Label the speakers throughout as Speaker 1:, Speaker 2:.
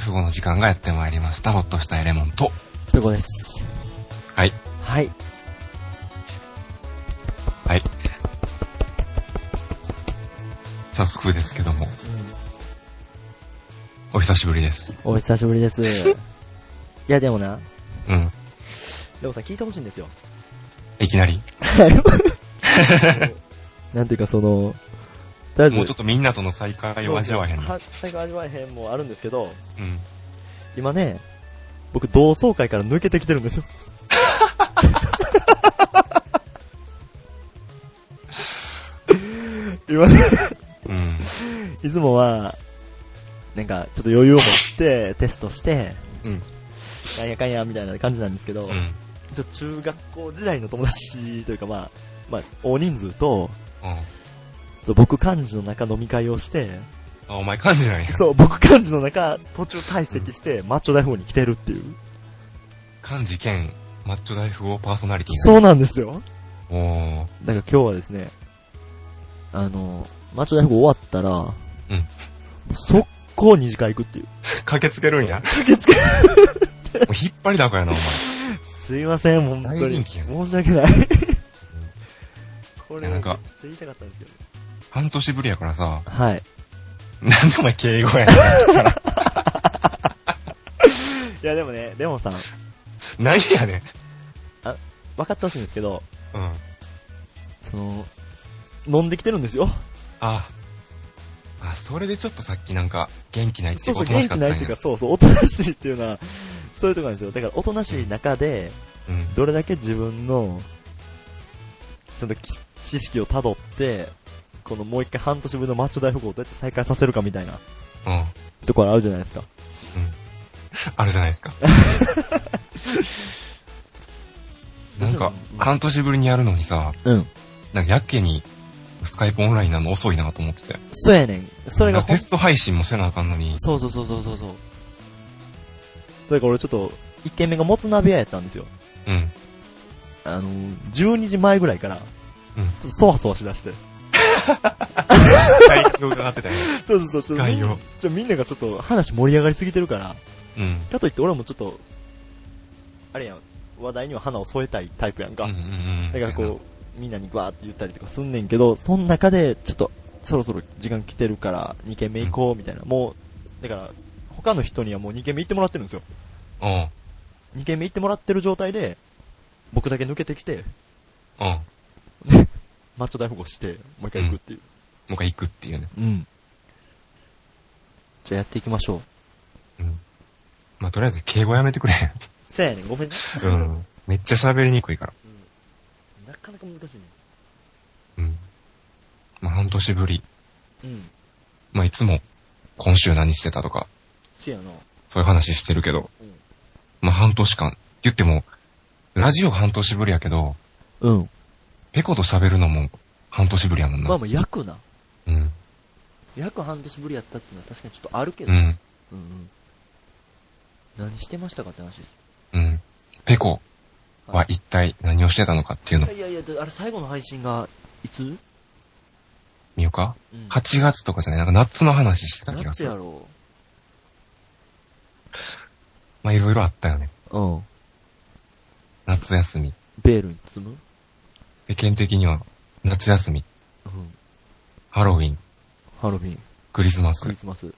Speaker 1: 不合の時間がやってまいりました。ほっとしたエレモンと。
Speaker 2: プゴです。
Speaker 1: はい。
Speaker 2: はい。
Speaker 1: はい。早速ですけども、お久しぶりです。
Speaker 2: お久しぶり です。いや、でもな、
Speaker 1: うん。
Speaker 2: レオさん聞いてほしいんですよ。
Speaker 1: いきなり。
Speaker 2: なんていうか、その、とりあえず
Speaker 1: もうちょっとみんなとの再会を味わえへんの
Speaker 2: は。最後味わえへんもあるんですけど、
Speaker 1: うん。
Speaker 2: 今ね、僕同窓会から抜けてきてるん ですよ。今ね、
Speaker 1: うん。
Speaker 2: いつもは、なんか、ちょっと余裕を持って、テストして、
Speaker 1: うん。
Speaker 2: なんやかんや、みたいな感じなんですけど、
Speaker 1: うん。
Speaker 2: ちょ中学校時代の友達というかまあ、まあ、大人数と、
Speaker 1: うん。
Speaker 2: ちょ僕幹事の中飲み会をして、
Speaker 1: あ、お前感じなんや。
Speaker 2: そう、僕幹事の中途中退席して、マッチョ大富豪に来てるっていう。
Speaker 1: 漢字兼、マッチョ大富豪パーソナリティ
Speaker 2: そうなんですよ。
Speaker 1: う。おー。
Speaker 2: だから今日はですね、あの、マッチョ大富豪終わったら、うん。速攻二次会行くっていう。
Speaker 1: 駆けつけるんや。
Speaker 2: 駆けつけ
Speaker 1: もう引っ張りだこやな、お前。
Speaker 2: すいません、本当
Speaker 1: 大人
Speaker 2: に。
Speaker 1: 気や
Speaker 2: 申し訳ない。 こ
Speaker 1: な
Speaker 2: れ、なんん
Speaker 1: か
Speaker 2: か、言いたかったんですけど。
Speaker 1: 半年ぶりやからさ、
Speaker 2: はい。
Speaker 1: なんでお前敬語やね
Speaker 2: いや、でもね、レモンさん、
Speaker 1: ん。 何やねん。
Speaker 2: 分かってほしいんですけど、
Speaker 1: うん。
Speaker 2: その、飲んできてるんですよ。
Speaker 1: あ、あ、それでちょっとさっきなんか、元気ないって
Speaker 2: そう
Speaker 1: こ
Speaker 2: そう、
Speaker 1: とな
Speaker 2: 元
Speaker 1: しか
Speaker 2: 気
Speaker 1: った
Speaker 2: なん
Speaker 1: や。
Speaker 2: いっていうか、そうそう、おとなしいっていうのは、そういうとこなんですよ。だから、おとなしい中で、
Speaker 1: うん。
Speaker 2: どれだけ自分の、その、き知識を辿って、このもう一回半年分のマッチョ大富豪をどうやって再開させるかみたいな
Speaker 1: うん。
Speaker 2: ところあるじゃないですか。
Speaker 1: あるじゃないですか。なんか、半年ぶりにやるのにさ、
Speaker 2: うん。
Speaker 1: なんかやけに、スカイプオンラインなの遅いなと思ってて。
Speaker 2: そうやねん。それ
Speaker 1: なんか
Speaker 2: がほん
Speaker 1: テ、スト配信もせなあかんのに、
Speaker 2: そうそうそうそうそうそう。だから俺ちょっと、一軒目がもつ鍋屋やったんですよ。
Speaker 1: うん。
Speaker 2: あの、12時前ぐらいから、
Speaker 1: うん
Speaker 2: ちょっとそわそわしだして。
Speaker 1: 概要が上がってたよね。
Speaker 2: そうそうそう。
Speaker 1: 概要
Speaker 2: みんちょみんながちょっと話盛り上がりすぎてるから、
Speaker 1: うん。
Speaker 2: かといって俺もちょっと、あれやん、話題には花を添えたいタイプやんか。
Speaker 1: うんうんうん。
Speaker 2: だからこう、みんなにわーって言ったりとかすんねんけど、その中で、ちょっと、そろそろ時間来てるから、2軒目行こう、みたいな。もう、だから、他の人にはもう2軒目行ってもらってるんですよ。
Speaker 1: う。うん。
Speaker 2: 2軒目行ってもらってる状態で、僕だけ抜けてきて、
Speaker 1: うん。も
Speaker 2: マッチョ大富豪して、もう一回行くっていう。
Speaker 1: う一回行くっていうね。
Speaker 2: うん。じゃあやっていきましょう。
Speaker 1: うん。まあ、とりあえず敬語やめ てくれ。
Speaker 2: せやねん、ごめんね。
Speaker 1: うん。めっちゃ喋りにくいから。
Speaker 2: なかなか難しいね。
Speaker 1: うん。まあ、半年ぶり。
Speaker 2: うん。
Speaker 1: まあ、いつも、今週何してたとか、
Speaker 2: せやな。
Speaker 1: そういう話してるけど、
Speaker 2: うん
Speaker 1: まあ、半年間。って言っても、ラジオ半年ぶりやけど、
Speaker 2: うん。
Speaker 1: ペコと喋るのも半年ぶりやもんな。
Speaker 2: まあまあ、約な。
Speaker 1: うん。
Speaker 2: 約半年ぶりやったっていうのは確かにちょっとあるけど。
Speaker 1: う。ん。
Speaker 2: うんうん。何してましたかって話です。
Speaker 1: うん。ペコは一体何をしてたのかっていうの
Speaker 2: いやいや、だあれ最後の配信が、いつうん。
Speaker 1: 見ようか ?8 月とかじゃないなんか夏の話してた気がす
Speaker 2: 夏や
Speaker 1: る。
Speaker 2: ろ
Speaker 1: まあ、いろいろあったよね。
Speaker 2: う。うん。
Speaker 1: 夏休み。
Speaker 2: ベールに積む
Speaker 1: 世間的には、夏休み、
Speaker 2: うん。
Speaker 1: ハロウィン、
Speaker 2: ハロウィン、
Speaker 1: クリスマス
Speaker 2: クリ、スマス、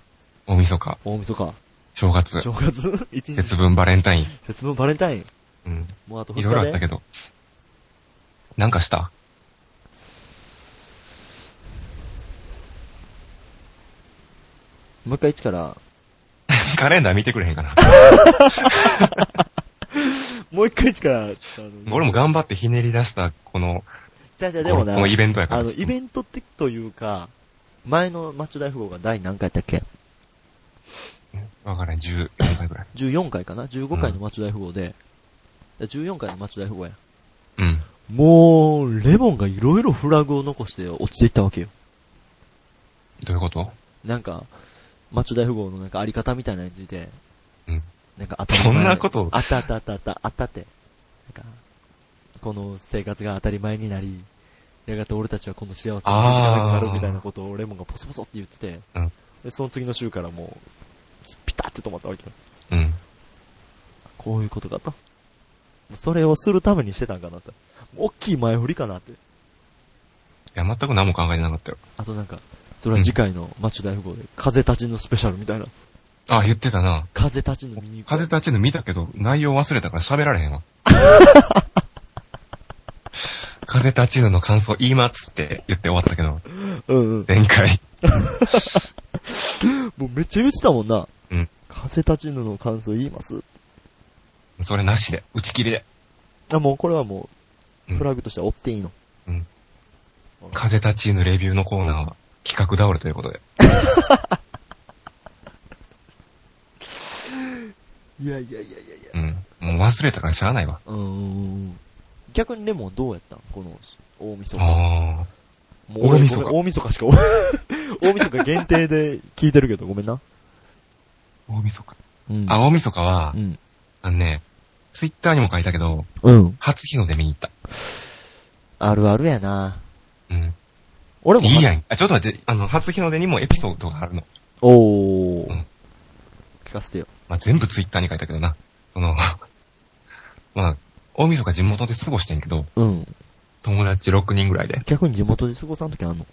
Speaker 1: 大晦日、
Speaker 2: 大晦日、
Speaker 1: 正月、
Speaker 2: 正月、 一日
Speaker 1: 節、分、バレンタイン。
Speaker 2: 節分、バレンタイン。
Speaker 1: うん。
Speaker 2: もうあと2日
Speaker 1: い
Speaker 2: で。
Speaker 1: ろいろあったけど。なんかした
Speaker 2: もう一回一から、
Speaker 1: カレンダー見てくれへんかな。
Speaker 2: もう一回一から、あの
Speaker 1: 俺も頑張ってひねり出した、この、
Speaker 2: じゃあじゃあで
Speaker 1: こ
Speaker 2: も
Speaker 1: の
Speaker 2: な、
Speaker 1: このイベントやから。
Speaker 2: あの、イ
Speaker 1: ン
Speaker 2: ベントってというか、前のマッチョ大富豪が第何回やったっけ
Speaker 1: ト。わからん、14回ぐらい。
Speaker 2: ?14 回かな ?15 回のマッチョ大富豪で、だから14回のマッチョ大富豪や。
Speaker 1: うん。
Speaker 2: もう、レボンがいろいろフラグを残して落ちていったわけよ。
Speaker 1: どういうこと
Speaker 2: なんか、マッチョ大富豪のなんかあり方みたいなのについて、
Speaker 1: うん。
Speaker 2: なんか当た
Speaker 1: そ
Speaker 2: り前
Speaker 1: んなこと、
Speaker 2: あったあったあったあった、あったって。なんか、この生活が当たり前になり、やがて俺たちはこの幸せを感じらなくなるみたいなことをレモンがポソポソって言ってて、
Speaker 1: うん
Speaker 2: でその次の週からもう、ピタってって止まったわけよ。
Speaker 1: うん。
Speaker 2: こういうことかと。もうそれをするためにしてたんかなと。大きい前振りかなって。
Speaker 1: いや、全く何も考えてなかったよ。
Speaker 2: あとなんか、それは次回のマッチョ大富豪で、風立ちのスペシャルみたいな。
Speaker 1: あ、言ってたな。
Speaker 2: 風立ちの見に行こう
Speaker 1: 風立ちの見たけど、内容忘れたから喋られへ んわ。風立ちぬの感想言いますって言って終わったけど、
Speaker 2: うんうん。
Speaker 1: 前回。
Speaker 2: もうめっちゃ言ってたもんな。
Speaker 1: うん。
Speaker 2: 風立ちぬの感想言います
Speaker 1: それなしで、打ち切りで。
Speaker 2: あ、もうこれはもう、
Speaker 1: うん
Speaker 2: フラグとしては追っていいの。
Speaker 1: 風立ちぬレビューのコーナーは企画倒れということで。
Speaker 2: いやいやいやいやいや。
Speaker 1: うん。もう忘れたからしゃあないわ。
Speaker 2: うーん。逆にレモンどうやったんこの、大晦日。
Speaker 1: あ
Speaker 2: も
Speaker 1: 大晦日
Speaker 2: ごめん大晦日しか、 大晦日限定で聞いてるけど、ごめんな。
Speaker 1: ー、大晦日。
Speaker 2: うん
Speaker 1: あ、大晦日は
Speaker 2: う、ん。
Speaker 1: あのね、ツイッターにも書いたけど、
Speaker 2: うん。
Speaker 1: 初日の出見に行った。
Speaker 2: あるあるやな
Speaker 1: うん。
Speaker 2: 俺も。
Speaker 1: いいやん。あ、ちょっと待って、あの、初日の出にもエピソードがあるの。
Speaker 2: お
Speaker 1: う
Speaker 2: ー
Speaker 1: ん
Speaker 2: 聞かせてよ。
Speaker 1: まあ、全部ツイッターに書いたけどな。その、 まあ、大晦日地元で過ごしてんけど、
Speaker 2: うん。
Speaker 1: 友達6人ぐらいで、
Speaker 2: 逆に地元で過ごさんときあんの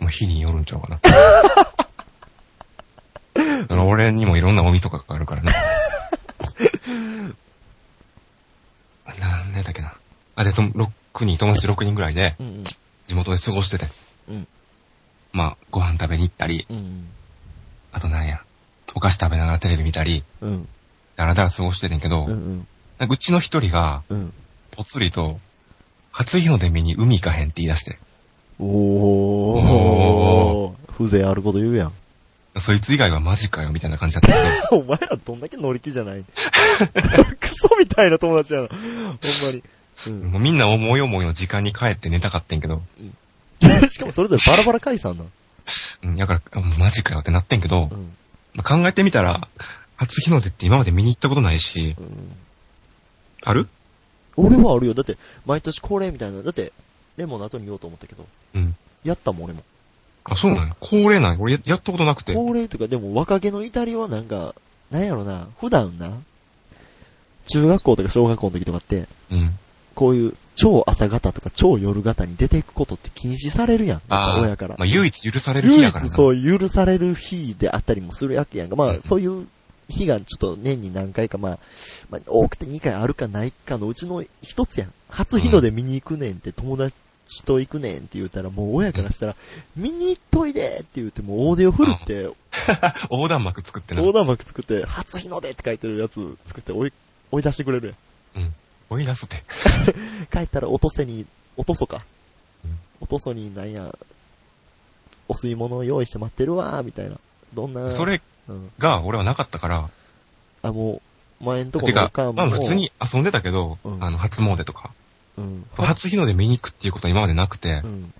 Speaker 1: もう日によるんちゃうかな。その俺にもいろんな大 晦日があるからな。なんでだっけな。あ、で、と6人、友達6人ぐらいで、
Speaker 2: うんうん。
Speaker 1: 地元で過ごしてて。
Speaker 2: うん
Speaker 1: まあ、ご飯食べに行ったり、
Speaker 2: うん。
Speaker 1: あとなんや、お菓子食べながらテレビ見たり、
Speaker 2: うん。
Speaker 1: だらだら過ごしててんけど、
Speaker 2: うんうん。
Speaker 1: なんかうちの一人が、
Speaker 2: うん。
Speaker 1: ぽつりと、初日の出見に海行かへんって言い出して、
Speaker 2: おー。 風情あること言うやん。
Speaker 1: そいつ以外はマジかよ、みたいな感じだったんで、
Speaker 2: お前らどんだけ乗り気じゃない クソみたいな友達やな。ほんまに。うん
Speaker 1: もうみんな思い思いの時間に帰って寝たかってんけど、
Speaker 2: しかもそれぞれバラバラ解散なの。
Speaker 1: うん、だから、もうマジかよってなってんけど、
Speaker 2: ん。
Speaker 1: まあ考えてみたら、初日の出って今まで見に行ったことないし、
Speaker 2: うん。
Speaker 1: ある
Speaker 2: 俺はあるよ。だって、毎年恒例みたいな。だって、レモンの後に言おうと思ったけど。
Speaker 1: うん。
Speaker 2: やったもん、俺も。
Speaker 1: あ、そうなの恒例なんや俺ややったことなくて。
Speaker 2: 恒例というか、でも若気の至りはなんか、なんやろな、普段な、中学校とか小学校の時とかって、
Speaker 1: うん。
Speaker 2: こういう超朝方とか超夜方に出ていくことって禁止されるやん。やっぱ
Speaker 1: ー
Speaker 2: 親から。
Speaker 1: まあ、唯一許される日
Speaker 2: 唯
Speaker 1: やから
Speaker 2: 一
Speaker 1: な。
Speaker 2: そう許される日であったりもするわけやんか。ま
Speaker 1: う
Speaker 2: あ、
Speaker 1: ん
Speaker 2: そういう日がちょっと年に何回か、まあ、まあ、多くて2回あるかないかのうちの一つやん。初日の出見に行くねんって友達と行くねんって言ったら、もう親からしたら、見に行っといでって言って、もう大手を振るって、
Speaker 1: 横断幕作ってな。
Speaker 2: 横断幕作って、初日の出って書いてるやつ作って追い、追い出してくれるやん。
Speaker 1: 追い出すって。
Speaker 2: 帰ったら落とせに、落とそか
Speaker 1: うん。
Speaker 2: 落とそになんや、お吸い物を用意して待ってるわー、みたいな。どんな、
Speaker 1: それ
Speaker 2: うん。
Speaker 1: が俺はなかったから、
Speaker 2: あ、もう、前んとこ
Speaker 1: て
Speaker 2: のお
Speaker 1: か
Speaker 2: かん、も。
Speaker 1: まあ普通。に遊んでたけど、
Speaker 2: うん
Speaker 1: あの、初詣とか。
Speaker 2: うん。
Speaker 1: 初日の出見に行くっていうことは今までなくて
Speaker 2: う、ん。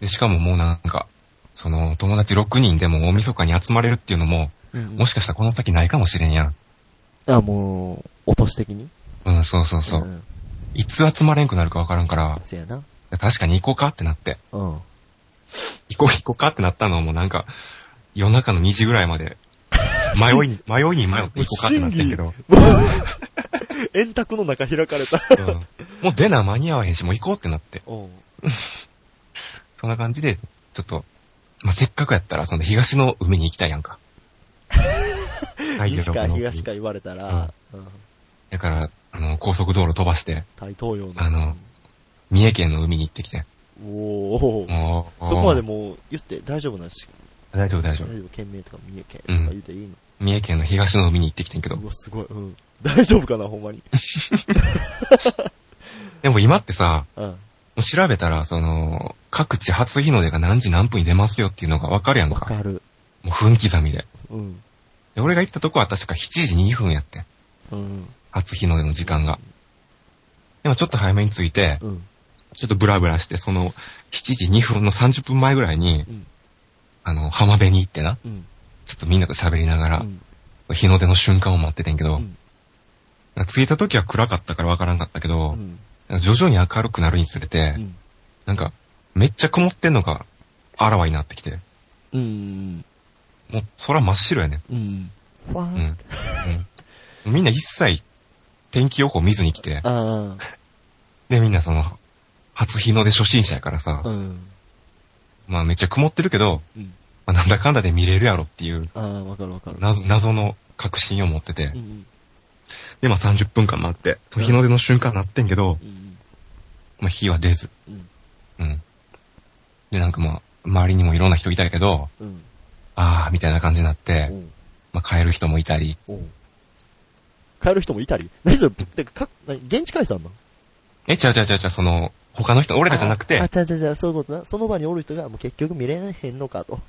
Speaker 1: で、しかももうなんか、その、友達6人でも大晦日に集まれるっていうのも、
Speaker 2: うん。
Speaker 1: もしかしたらこの先ないかもしれんやん。
Speaker 2: あ、もう、落とし的に
Speaker 1: うん、そうそうそう。
Speaker 2: ん。
Speaker 1: いつ集まれんくなるかわからんから、
Speaker 2: せやな。
Speaker 1: 確かに行こうかってなって、
Speaker 2: うん。
Speaker 1: 行こ う行こうかってなったのはもうなんか、夜中の2時ぐらいまで、迷いに、迷いに迷って行こうかってなってんけど、
Speaker 2: 円卓の中開かれた。
Speaker 1: うん、もう出な間に合わへんし、もう行こうってなって、
Speaker 2: うん。
Speaker 1: そんな感じで、ちょっと、まあ、せっかくやったら、その東の海に行きたいやん か。は
Speaker 2: 西か東か言われたら、うん。
Speaker 1: だから、あの、高速道路飛ばして、
Speaker 2: 大東洋の。
Speaker 1: あの三重県の海に行ってきて。
Speaker 2: おー。
Speaker 1: もう
Speaker 2: そこまでもう、言って大丈夫なんし。
Speaker 1: 大丈夫大
Speaker 2: 大
Speaker 1: 丈
Speaker 2: 丈
Speaker 1: 夫。
Speaker 2: 夫、県名とか三重県と
Speaker 1: うん
Speaker 2: か言うていいの、
Speaker 1: 三重県の東の海に行ってきてんけ
Speaker 2: う
Speaker 1: ど。
Speaker 2: わ、すごい。うん。大丈夫かな、ほんまに。
Speaker 1: でも今ってさ、
Speaker 2: うん。
Speaker 1: もう調べたら、その、各地初日の出が何時何分に出ますよっていうのがわかるやん
Speaker 2: わ
Speaker 1: か。
Speaker 2: かる。
Speaker 1: もう分刻みで。
Speaker 2: うん。
Speaker 1: で俺が行ったとこは確か7時2分やってん。
Speaker 2: うん。
Speaker 1: 初日の出の時間が。でもちょっと早めに着いて、
Speaker 2: うん。
Speaker 1: ちょっとブラブラして、その7時2分の30分前ぐらいに、
Speaker 2: うん
Speaker 1: あの、浜辺に行ってな、
Speaker 2: うん。
Speaker 1: ちょっとみんなと喋りなが
Speaker 2: う
Speaker 1: ら、
Speaker 2: ん。
Speaker 1: 日の出の瞬間を待っててんけ
Speaker 2: う
Speaker 1: ど、
Speaker 2: ん。
Speaker 1: なんか着いた時は暗かったからわからんかったけ
Speaker 2: う
Speaker 1: ど、
Speaker 2: ん。
Speaker 1: なんか徐々に明るくなるにつれて、
Speaker 2: うん。
Speaker 1: なんか、めっちゃ曇ってんのが、あらわになってきて、
Speaker 2: うん。
Speaker 1: もう空真っ白やねん。
Speaker 2: うん。ファー
Speaker 1: う
Speaker 2: ン
Speaker 1: ん。うん。みんな一切天気予報見ずに来て、
Speaker 2: あ
Speaker 1: でみんなその、初日の出初心者やからさ、
Speaker 2: あ、うん。
Speaker 1: まあめっちゃ曇ってるけど、
Speaker 2: うん。
Speaker 1: まあ、なんだかんだで見れるやろっていう、
Speaker 2: ああ、わかるわかる。
Speaker 1: 謎、謎の確信を持ってて
Speaker 2: う、ん
Speaker 1: でまあ30分間待って、その日の出の瞬間なってんけど、
Speaker 2: うん。うん
Speaker 1: まあ日は出ず。
Speaker 2: うん。
Speaker 1: うん。でなんかまあ、周りにもいろんな人いたけど、
Speaker 2: うん。
Speaker 1: あー、みたいな感じになっ
Speaker 2: う
Speaker 1: て、
Speaker 2: ん。
Speaker 1: まあ帰る人もいたり、
Speaker 2: うん。帰る人もいたり何それ、てか、か、何現地解散なの
Speaker 1: え、ちゃうちゃうちゃうちゃう、その、他の人、俺らじゃなく
Speaker 2: あ、
Speaker 1: て、
Speaker 2: ちゃうちゃうちゃう、そういうことな。その場におる人が、もう結局見れへんの かと。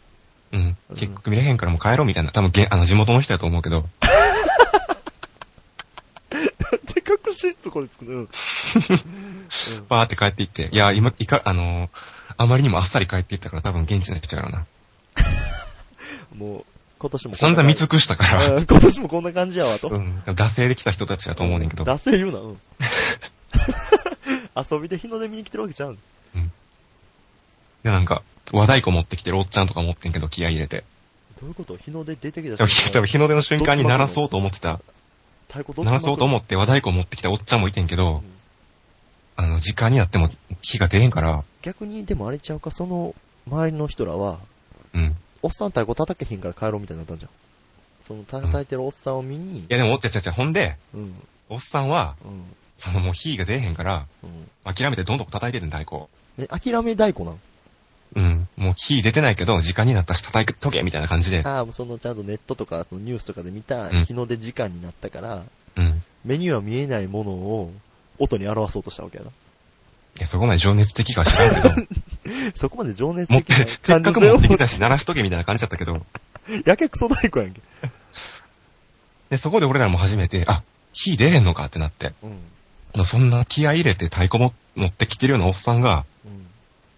Speaker 1: うん、結局見れへんからもう帰ろうみたいな、多分げんあの地元の人やと思うけど、
Speaker 2: で、確信つこれ作る。うん。
Speaker 1: バーって帰っていって、いや、今、いか、あのーあまりにもあっさり帰っていったから多分現地の人やろうな。
Speaker 2: もう、今年もこ
Speaker 1: 散
Speaker 2: んな
Speaker 1: 々見尽くしたから、
Speaker 2: うん今年もこんな感じやわと。
Speaker 1: うん、惰性で来た人たちやと思うねんけど、
Speaker 2: 惰性言うな、うん。 遊びで日の出見に来てるわけちゃうん。
Speaker 1: で、なんか、和太鼓持ってきてるおっちゃんとか持ってんけど気合い入れて。
Speaker 2: どういうこと日の出出てきた
Speaker 1: 多分多分日の出の瞬間に鳴らそうと思ってた、
Speaker 2: 太鼓どっ
Speaker 1: 鳴らそうと思
Speaker 2: っ
Speaker 1: って和太鼓持ってきたおっちゃんもいてんけど、
Speaker 2: うん
Speaker 1: あの、時間になっても火が出へんから、
Speaker 2: 逆に、でもあれちゃうか、その、周りの人らは、
Speaker 1: うん。
Speaker 2: おっさん太鼓叩けへんから帰ろうみたいになったんじゃん。その、叩いてるおっさんを見に
Speaker 1: い、やでも、おっちゃちゃちゃ、ほんで、
Speaker 2: うん、
Speaker 1: おっさんは、
Speaker 2: うん、
Speaker 1: そのもう火が出えへんから、
Speaker 2: うん。
Speaker 1: 諦めてどんどん叩いてるんだ、太鼓。
Speaker 2: え、諦め太鼓なの
Speaker 1: うん。もう火出てないけど、時間になったし叩くとけみたいな感じで。
Speaker 2: ああ、もうその、ちゃんとネットとか、そのニュースとかで見た
Speaker 1: うん
Speaker 2: 日の出時間になったから、
Speaker 1: うん。
Speaker 2: 目には見えないものを、音に表そうとしたわけ やな。
Speaker 1: いや、そこまで情熱的かは知らん けど、
Speaker 2: そこまで情熱
Speaker 1: 持って、
Speaker 2: 的
Speaker 1: せ
Speaker 2: な
Speaker 1: っ
Speaker 2: 感
Speaker 1: か
Speaker 2: じ
Speaker 1: く持
Speaker 2: 性を
Speaker 1: ってきたし、鳴らしとけみたいな感じだったけど、
Speaker 2: やけくそ太鼓やんけ。
Speaker 1: で、そこで俺らも初めて、あ、火出えへんのかってなって、
Speaker 2: うん。
Speaker 1: そんな気合い入れて太鼓も持ってきてるようなおっさんが、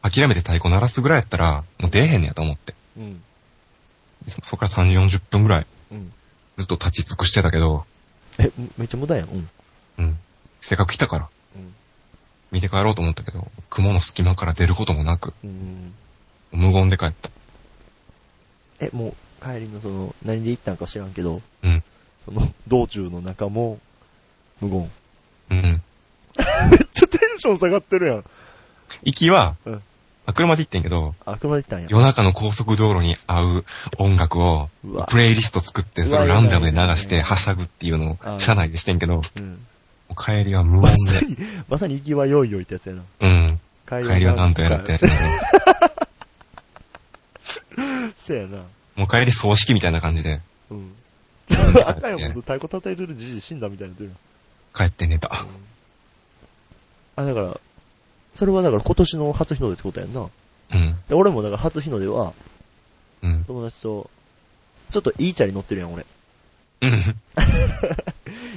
Speaker 1: 諦めて太鼓鳴らすぐらいやったら、もう出えへんねやと思って。
Speaker 2: うん。うん。
Speaker 1: そそこから3、40分ぐらい、
Speaker 2: うん。
Speaker 1: ずっと立ち尽くしてたけど、
Speaker 2: え、めっちゃ無駄やん。うん。
Speaker 1: うん。せっかく来たから、
Speaker 2: うん。
Speaker 1: 見て帰ろうと思ったけど、雲の隙間から出ることもなく、
Speaker 2: うん。
Speaker 1: 無言で帰った。
Speaker 2: え、もう、帰りのその、何で行ったんか知らんけど、
Speaker 1: うん。
Speaker 2: その、道中の中も、無言。
Speaker 1: うん。
Speaker 2: めっちゃテンション下がってるやん。
Speaker 1: 行きは、
Speaker 2: うん
Speaker 1: あ車で行ってんけど、
Speaker 2: あ、車で行ったんや。
Speaker 1: 夜中の高速道路に合う音楽を、
Speaker 2: うわ
Speaker 1: プ。レイリスト作って、それをランダムで流し
Speaker 2: う
Speaker 1: て、
Speaker 2: わ
Speaker 1: はしゃぐっていうの
Speaker 2: あー
Speaker 1: を、車内でしてんけど、も
Speaker 2: うん。
Speaker 1: う帰りは無
Speaker 2: ま
Speaker 1: 音
Speaker 2: さ
Speaker 1: で、
Speaker 2: に、 まさに行きはよいよいってやつやな。
Speaker 1: うん。
Speaker 2: 帰
Speaker 1: 帰りはなんとやらってやつやね
Speaker 2: せやな。
Speaker 1: もう帰り葬式みたいな感じで、
Speaker 2: うん。
Speaker 1: ん
Speaker 2: 赤いもん、太鼓叩いてるじじ死んだみたいになってる
Speaker 1: 帰って寝
Speaker 2: やん
Speaker 1: た。
Speaker 2: あ、だから、それはだから今年の初日の出ってことやんな。
Speaker 1: うん。
Speaker 2: で、俺もだから初日の出は、
Speaker 1: うん。
Speaker 2: 友達と、ちょっといいチャリ乗ってるやん、俺。
Speaker 1: うん。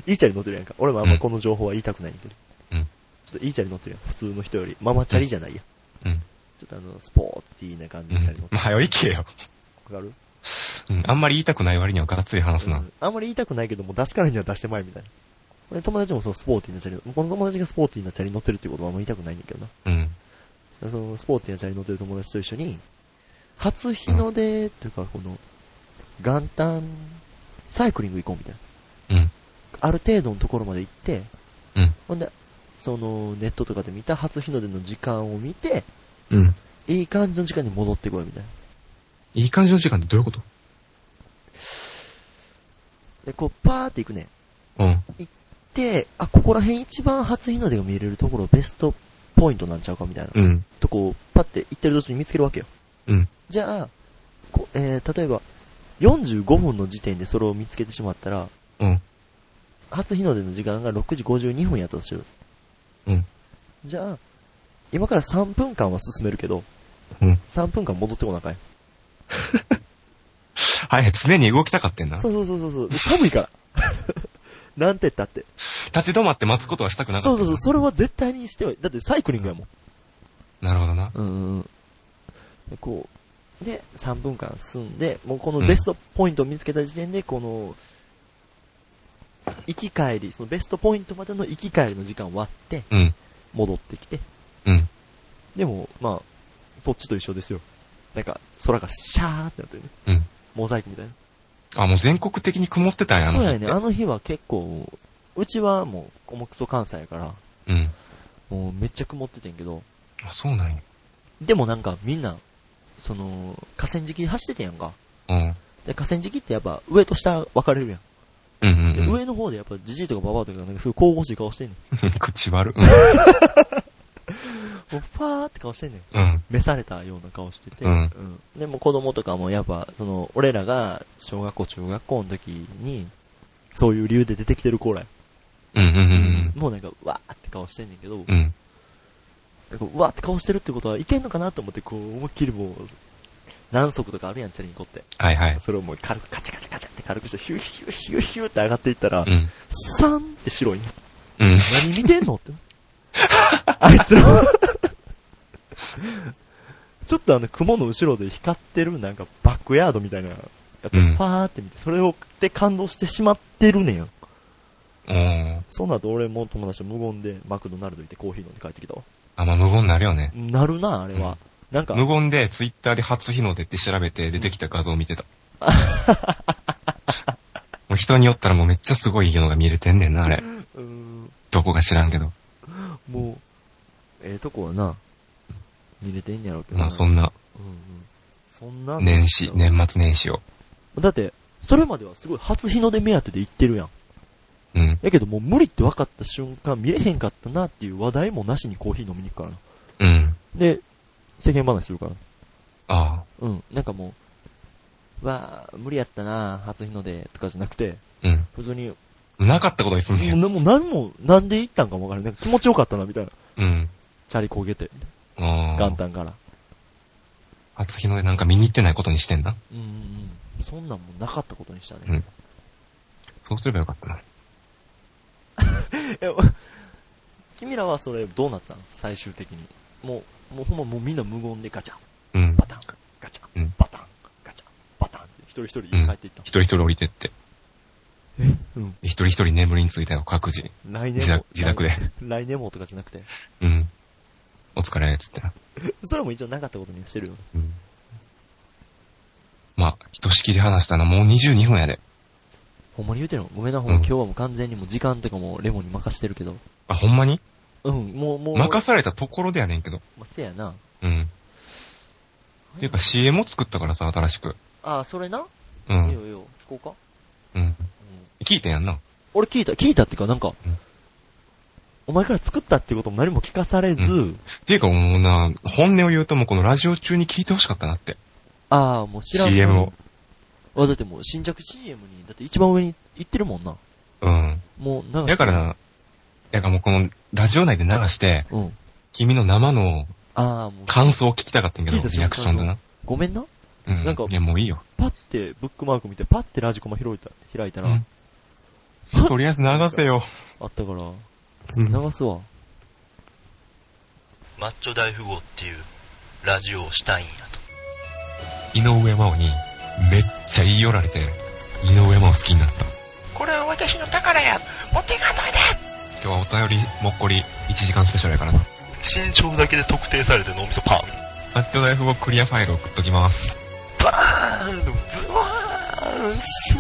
Speaker 2: いいチャリ乗ってるやんか。俺もあんまこの情報は言いたくないんだけど。
Speaker 1: うん
Speaker 2: ちょっといいチャリ乗ってるやん、普通の人より。ママチャリじゃないや。
Speaker 1: うん。
Speaker 2: ちょっとあの、スポーティーな感じ
Speaker 1: う
Speaker 2: のチャリ乗
Speaker 1: ん
Speaker 2: っ。て
Speaker 1: ま
Speaker 2: る。
Speaker 1: あ、早いけよ。
Speaker 2: わかる
Speaker 1: うん。あんまり言いたくない割にはがっつり話す
Speaker 2: う
Speaker 1: な。
Speaker 2: んあんまり言いたくないけども、出すからには出してまいみたいな。で友達もそのスポーティーなチャリ、この友達がスポーティーなチャリ乗ってるってことはあんま言いたくないんだけどな。
Speaker 1: うん。
Speaker 2: でそのスポーティーなチャリ乗ってる友達と一緒に、初日の出というか、この、元旦、サイクリング行こうみたいな。
Speaker 1: うん。
Speaker 2: ある程度のところまで行って、
Speaker 1: うん
Speaker 2: ほんで、その、ネットとかで見た初日の出の時間を見て、
Speaker 1: うん。
Speaker 2: いい感じの時間に戻ってこいみたいな。
Speaker 1: いい感じの時間ってどういうこと
Speaker 2: で、こう、パーって行くね。
Speaker 1: うん。
Speaker 2: で、あ、ここら辺一番初日の出が見れるところベストポイントなんちゃうかみたいな。
Speaker 1: うん。
Speaker 2: とこう、パって行ってる途中に見つけるわけよ。
Speaker 1: うん。
Speaker 2: じゃあ、こえー、例えば、45分の時点でそれを見つけてしまったら、
Speaker 1: うん。
Speaker 2: 初日の出の時間が6時52分やったとする。
Speaker 1: うん。
Speaker 2: じゃあ、今から3分間は進めるけど、
Speaker 1: うん。
Speaker 2: 3分間戻ってこなあかんよ。
Speaker 1: はいはい、常に動きたかってんな。
Speaker 2: そうそうそうそうそう。寒いから。 なんてったって。
Speaker 1: 立ち止まって待つことはしたくなか
Speaker 2: そ
Speaker 1: っ
Speaker 2: う
Speaker 1: た。
Speaker 2: そうそう、それは絶対にしてはい。だってサイクリングやもん。
Speaker 1: なるほどな。
Speaker 2: うんうんうん。で、こう、で、3分間進んで、もうこのベストポイントを見つけた時点で、この、行き帰り、そのベストポイントまでの行き帰りの時間を割って、
Speaker 1: うん。
Speaker 2: 戻ってきて、
Speaker 1: うん。
Speaker 2: でも、まあ、そっちと一緒ですよ。なんか、空がシャーってなってるね。
Speaker 1: うん
Speaker 2: モザイクみたいな。
Speaker 1: あ、もう全国的に曇ってたんや、あ
Speaker 2: そ
Speaker 1: の
Speaker 2: う
Speaker 1: 日
Speaker 2: や
Speaker 1: って。
Speaker 2: ね。あの日は結構、うちはもう、重くそ関西やから、
Speaker 1: うん。
Speaker 2: もうめっちゃ曇っててんけど、
Speaker 1: あ、そうなんや。
Speaker 2: でもなんかみんな、その、河川敷走っててんやんか。
Speaker 1: うん。
Speaker 2: で、河川敷ってやっぱ上と下分かれるやん。
Speaker 1: うん
Speaker 2: で
Speaker 1: うん、うん。
Speaker 2: 上の方でやっぱじじいとかばばあとかなんかすごい神々しい顔してんねん。
Speaker 1: 口悪。う
Speaker 2: もうファーって顔してんねん。
Speaker 1: ん。うん。
Speaker 2: 召されたような顔してて。
Speaker 1: うん
Speaker 2: でも子供とかもやっぱ、その、俺らが小学校、中学校の時に、そういう理由で出てきてる子らや。
Speaker 1: うんうんうん
Speaker 2: もうなんか、わーって顔してんねんけど、
Speaker 1: うん。うん。
Speaker 2: なんかうわーって顔してるってことはいけんのかなと思って、こう、思いっきりもう、何足とかあるやん、チャリンコって。
Speaker 1: はいはい。
Speaker 2: それをもう軽くカチャカチャカチャって軽くして、ヒューヒューヒューヒューって上がっていったら
Speaker 1: う、ん。
Speaker 2: サンって白いね。
Speaker 1: うん。
Speaker 2: 何見てんのって。あいつら。ちょっとあの、雲の後ろで光ってる、なんか、バックヤードみたいなやつを
Speaker 1: うん
Speaker 2: パーって見て、それを、で感動してしまってるねんよ。
Speaker 1: うん。
Speaker 2: その後俺も友達と無言でマクドナルド行ってコーヒー飲んで帰ってきたわ。
Speaker 1: あ、まあ無言になるよね。
Speaker 2: なるな、あれは。なんか、
Speaker 1: 無言で、ツイッターで初日の出って調べて出てきた画像を見て た。もう人によったらもうめっちゃすごいのが見れてんねんな、あれ。
Speaker 2: うーん、
Speaker 1: どこか知らんけど。
Speaker 2: もう、ええとこはな、見れてんやろうけどな。
Speaker 1: まあそんな、
Speaker 2: うんうん。そんな。
Speaker 1: 年始、。年末年始を。
Speaker 2: だって、それまではすごい初日の出目当てで行ってるやん。
Speaker 1: うん。
Speaker 2: やけどもう無理って分かった瞬間見れへんかったなっていう話題もなしにコーヒー飲みに行くからな。
Speaker 1: うん。
Speaker 2: で、世間話するから。
Speaker 1: ああ。
Speaker 2: うん。なんかもう、わあ、無理やったな初日の出とかじゃなくて、
Speaker 1: うん。
Speaker 2: 普通に、も
Speaker 1: なかったことにすんね。
Speaker 2: うんなもう何も、なんで行ったんかもわからん。なんか気持ちよかったな、みたいな。
Speaker 1: うん。
Speaker 2: チャリ焦げて、
Speaker 1: ああ
Speaker 2: 元。旦から。
Speaker 1: 初日の出なんか見に行ってないことにしてんな。
Speaker 2: うんうんうん。そんなんもうなかったことにしたね。
Speaker 1: うんそうすればよかったな。
Speaker 2: え、 君らはそれどうなったの最終的に。もう、もうほんまもうみんな無言でガチャン、
Speaker 1: うん
Speaker 2: バ。タン、ガチャ
Speaker 1: う
Speaker 2: ン
Speaker 1: ん、
Speaker 2: バタン、ガチャン、バタンって一人一人家帰っていった
Speaker 1: 一人一人降りてって。
Speaker 2: えうん。
Speaker 1: 一人一人眠りについたよ、各自。
Speaker 2: 来
Speaker 1: 自
Speaker 2: 年も
Speaker 1: 宅、。自宅で。
Speaker 2: 来年もとかじゃな くて。
Speaker 1: うん。お疲れ、つってな。
Speaker 2: それも一応なかったことにはしてるよ。
Speaker 1: うん。まあ、ひとしきり話したのもう22分やで。
Speaker 2: ほんまに言うてるのごめんな、ほんま、
Speaker 1: うん
Speaker 2: 今日はもう完全にもう時間とかもレモンに任してるけど。
Speaker 1: あ、ほんまに
Speaker 2: うん、もう、もう。
Speaker 1: 任されたところでやねんけど。
Speaker 2: まあせやな。
Speaker 1: うん。っていうか CM を作ったからさ、新しく。
Speaker 2: ああ、それな、
Speaker 1: う
Speaker 2: いい
Speaker 1: ん。
Speaker 2: よいいよ、聞こうか。
Speaker 1: うん。
Speaker 2: うん
Speaker 1: 聞いてんやんな。
Speaker 2: 俺聞いた、聞いたっていうか、なんか、
Speaker 1: ん
Speaker 2: お前から作ったっていうことも何も聞かされず、
Speaker 1: うっていうかもうな、本音を言うともうこのラジオ中に聞いてほしかったなって。
Speaker 2: ああ、もう知らん。
Speaker 1: CM を。
Speaker 2: あ、だってもう新着 CM に、だって一番上に行ってるもんな。
Speaker 1: うん。
Speaker 2: もう、なん
Speaker 1: だから、な、だからもうこのラジオ内で流して、
Speaker 2: うん。
Speaker 1: 君の生の
Speaker 2: ああ、もう、
Speaker 1: 感想を聞きたかったんやけ
Speaker 2: 聞い
Speaker 1: ど、
Speaker 2: た
Speaker 1: リアクションだな。
Speaker 2: ごめんな。
Speaker 1: うん。
Speaker 2: なんか
Speaker 1: いや、もういいよ。
Speaker 2: パって、ブックマーク見て、パってラジコマ開いた、開いたら、
Speaker 1: うんとりあえず流せよ。
Speaker 2: あったから、
Speaker 1: うん
Speaker 2: 流すわ。
Speaker 3: マッチョ大富豪っていうラジオをしたいんやと。
Speaker 1: 井上真央に、めっちゃ言い寄られて、井上真央好きになった。
Speaker 3: これは私の宝や持っていかないで
Speaker 1: 今日はお便り、もっこり、1時間スペシャルやからな。
Speaker 3: 身長だけで特定されて脳みそパン
Speaker 1: マッチョ大富豪クリアファイル送っときます。
Speaker 3: あーでもズワーンス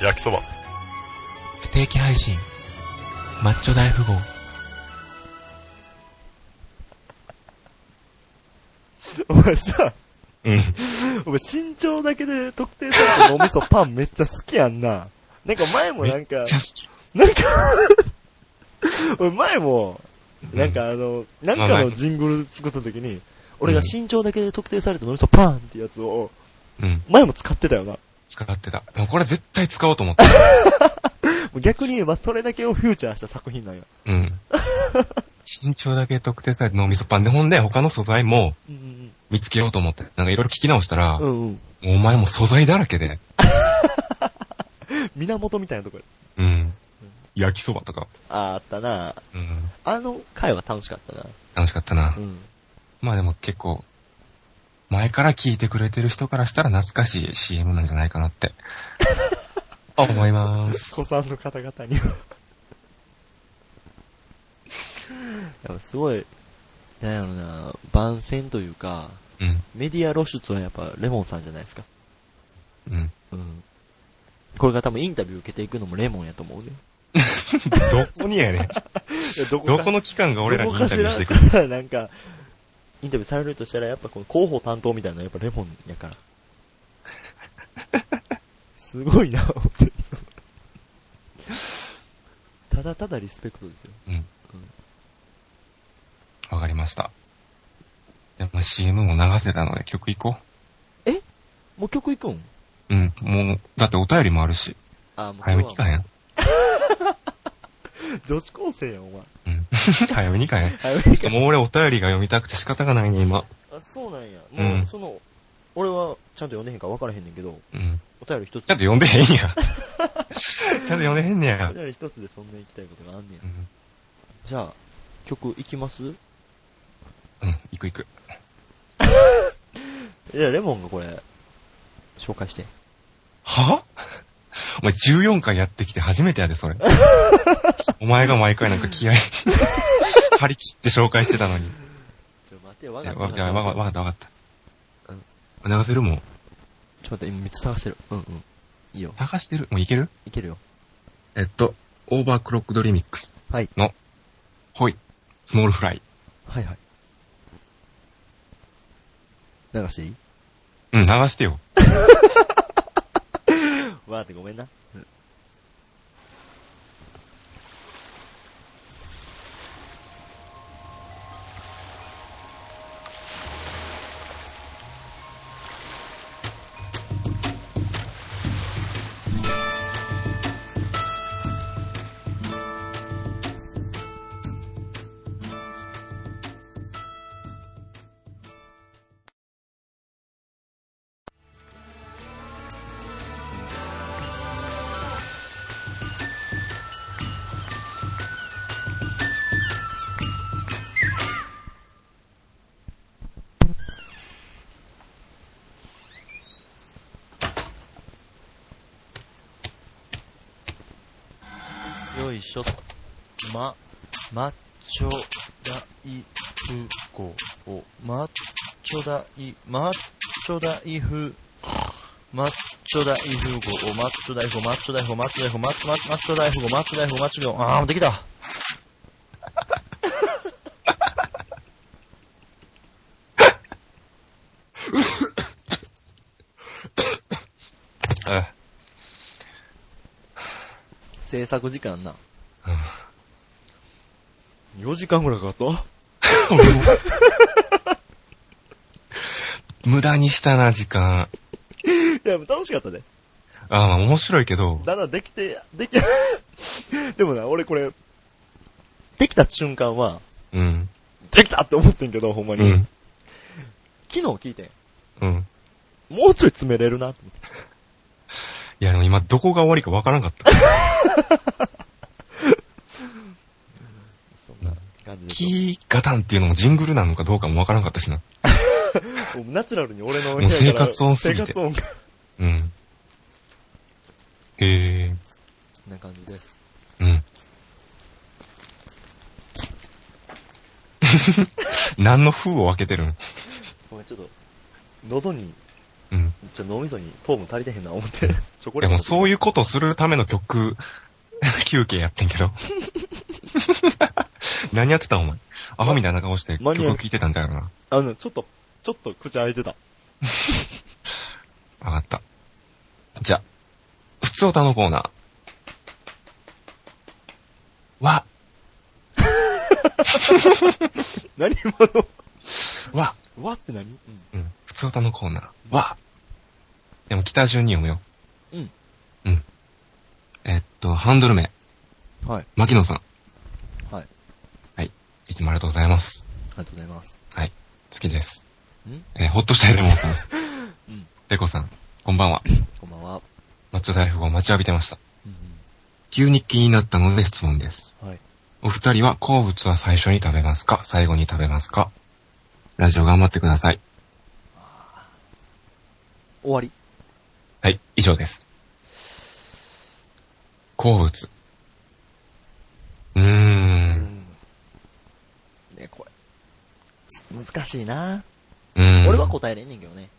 Speaker 3: ー焼きそば
Speaker 4: 不定期配信、マッチョ大富豪。
Speaker 2: お前さ、
Speaker 1: うん。
Speaker 2: お前身長だけで特定されてるお味噌パンめっちゃ好きやんな。なんか前もなんか
Speaker 1: じゃ、好き。
Speaker 2: なんか、俺前も、なんかあの、なんか
Speaker 1: まあ
Speaker 2: の
Speaker 1: 前
Speaker 2: ジングル作った時に、俺が身長だけで特定されて脳みそパンってやつを、
Speaker 1: うん。
Speaker 2: 前も使ってたよな。も
Speaker 1: 使ってた。でもこれ絶対使おうと思った。
Speaker 2: う逆に言えばそれだけをフューチャーした作品なんや。
Speaker 1: うん。身長だけ特定されて脳みそパンで、ほんで他の素材も
Speaker 2: うん
Speaker 1: 見つけようと思って。なんかいろいろ聞き直したら、
Speaker 2: うん。うんうん。
Speaker 1: お前もう素材だらけで、
Speaker 2: 源みたいなとこや。
Speaker 1: うん。焼きそばとか、
Speaker 2: あーあったな
Speaker 1: うん。
Speaker 2: あの回は楽しかったな。
Speaker 1: 楽しかったな
Speaker 2: う。ん。
Speaker 1: まあでも結構、前から聞いてくれてる人からしたら懐かしい CM なんじゃないかな って、思います。
Speaker 2: 子さんの方々に は。やっぱすごい、なんやろな、番宣というか、
Speaker 1: うん、
Speaker 2: メディア露出はやっぱレモンさんじゃないですか。
Speaker 1: うん。
Speaker 2: うん。これから多分インタビュー受けていくのもレモンやと思うね。
Speaker 1: どこにやねん。
Speaker 2: ど
Speaker 1: どこの機関が俺らにインタビューしてくる。
Speaker 2: る なんか、インタビューされるとしたら、やっぱこの広報担当みたいなのはやっぱレモンやから。 すごいな、本当にただただリスペクトですよ。
Speaker 1: うん。わかりました。でも CM も流せたので曲行こ
Speaker 2: もう曲行くん
Speaker 1: う。うん。もう、だってお便りもあるし、
Speaker 2: あ、もう
Speaker 1: 早めに来たんやん。
Speaker 2: 女子高生やん、お前。
Speaker 1: うん。 早めにか い。
Speaker 2: 早めに
Speaker 1: ちょっともう俺お便りが読みたくて仕方がないね、今。
Speaker 2: あ、そうなんや。
Speaker 1: うん
Speaker 2: もう、その、俺はちゃんと読んでへんから分からへんねんけど、
Speaker 1: うん。
Speaker 2: お便り一つ。
Speaker 1: ちゃんと読んでへんや。 ちゃんと読んでへんねや
Speaker 2: お。便り一つでそんな行きたいことがあんねや
Speaker 1: う。ん。
Speaker 2: じゃあ、曲行きますい
Speaker 1: うん。行く行く。
Speaker 2: や、レモンがこれ、紹介して。
Speaker 1: はお前14回やってきて初めてやで、そ れ。お前が毎回なんか気合い、 張り切って紹介してたのに。
Speaker 2: ちょ、待てよ、わ
Speaker 1: いや
Speaker 2: わ
Speaker 1: わじゃあわかわか
Speaker 2: ちょ、
Speaker 1: ったわかった。流せるもん。
Speaker 2: っと待って、今3つ探してる。うんうん。いいよ。
Speaker 1: 流してるもういける
Speaker 2: いけるよ。
Speaker 1: えっと、オーバークロックドリミックス。
Speaker 2: はい。
Speaker 1: の、ほい、スモールフライ。
Speaker 2: はいはい。流していい
Speaker 1: うん、流してよ。
Speaker 2: わーってごめんな。よいしょ。ま、マッチョ大富豪を、マッチョ大、マッチョ大富、マッチョ大富豪を、マッチョ大富豪、マッチョ大富豪、マッチョ大富豪、マッチョマッチョ大富豪、マッチョ大富豪、マッチョ大富豪、あー、できた制作時間な。4時間ぐらいかかっ
Speaker 1: 無駄にしたな、時間。
Speaker 2: たいや、楽しかったね。
Speaker 1: あーまあ、面白いけど、
Speaker 2: だんだんできて、でき、 でもな、俺これ、できた瞬間は、
Speaker 1: うん。
Speaker 2: できたって思ってんけど、ほんま
Speaker 1: う
Speaker 2: に。
Speaker 1: ん。
Speaker 2: 昨日聞いてん、
Speaker 1: うん。
Speaker 2: もうちょい詰めれるなと思って。
Speaker 1: いや、でも今、どこが終わりかわからんかった。
Speaker 2: そんな感じでし
Speaker 1: キーガタンっていうのもジングルなのかどうかもわからんかったしな。
Speaker 2: ょ。もうナチュラルに俺の
Speaker 1: もう生活音すぎて
Speaker 2: 生活音が。
Speaker 1: うん。へえ
Speaker 2: な感じです。
Speaker 1: ー、うん。 何の封を開けてるん
Speaker 2: ごめん、ちょっと、喉に、
Speaker 1: うん。
Speaker 2: ちょ、脳みそに糖分足りてへんな 思って。チョコ
Speaker 1: で
Speaker 2: レー
Speaker 1: も
Speaker 2: ト。
Speaker 1: そういうことするための曲、 休憩やってんけど。 何やってたんお前。アホみたいな顔して
Speaker 2: マ
Speaker 1: 曲
Speaker 2: ニア
Speaker 1: 聴いてたんだよな。
Speaker 2: あの、ちょっと、ちょっと口開いてた。
Speaker 1: わかった。じゃあ、普通歌のコーナー。わ、
Speaker 2: 何今の。
Speaker 1: わ、
Speaker 2: わって何うん。
Speaker 1: うん。普通歌のコーナー。わでも北順に読むよ。
Speaker 2: うん。
Speaker 1: うん。えっと、ハンドル名、
Speaker 2: はい。
Speaker 1: 牧野さん。
Speaker 2: はい。
Speaker 1: いつもありがとうございます。
Speaker 2: ありがとうございます。
Speaker 1: はい。好きです。
Speaker 2: ん
Speaker 1: えーほっとしたいレモンさん。
Speaker 2: うん。
Speaker 1: デコさん、こんばんは。
Speaker 2: こんばんは。
Speaker 1: マッチョ大富豪待ちわびてました。
Speaker 2: うん
Speaker 1: 急に気になったので質問です。
Speaker 2: うん。はい。
Speaker 1: お二人は好物は最初に食べますか最後に食べますかラジオ頑張ってください。
Speaker 2: 終わり。
Speaker 1: はい、以上です。好物。うーん。
Speaker 2: ね、これ。難しいな
Speaker 1: うん
Speaker 2: 俺は答えれんねんけどね。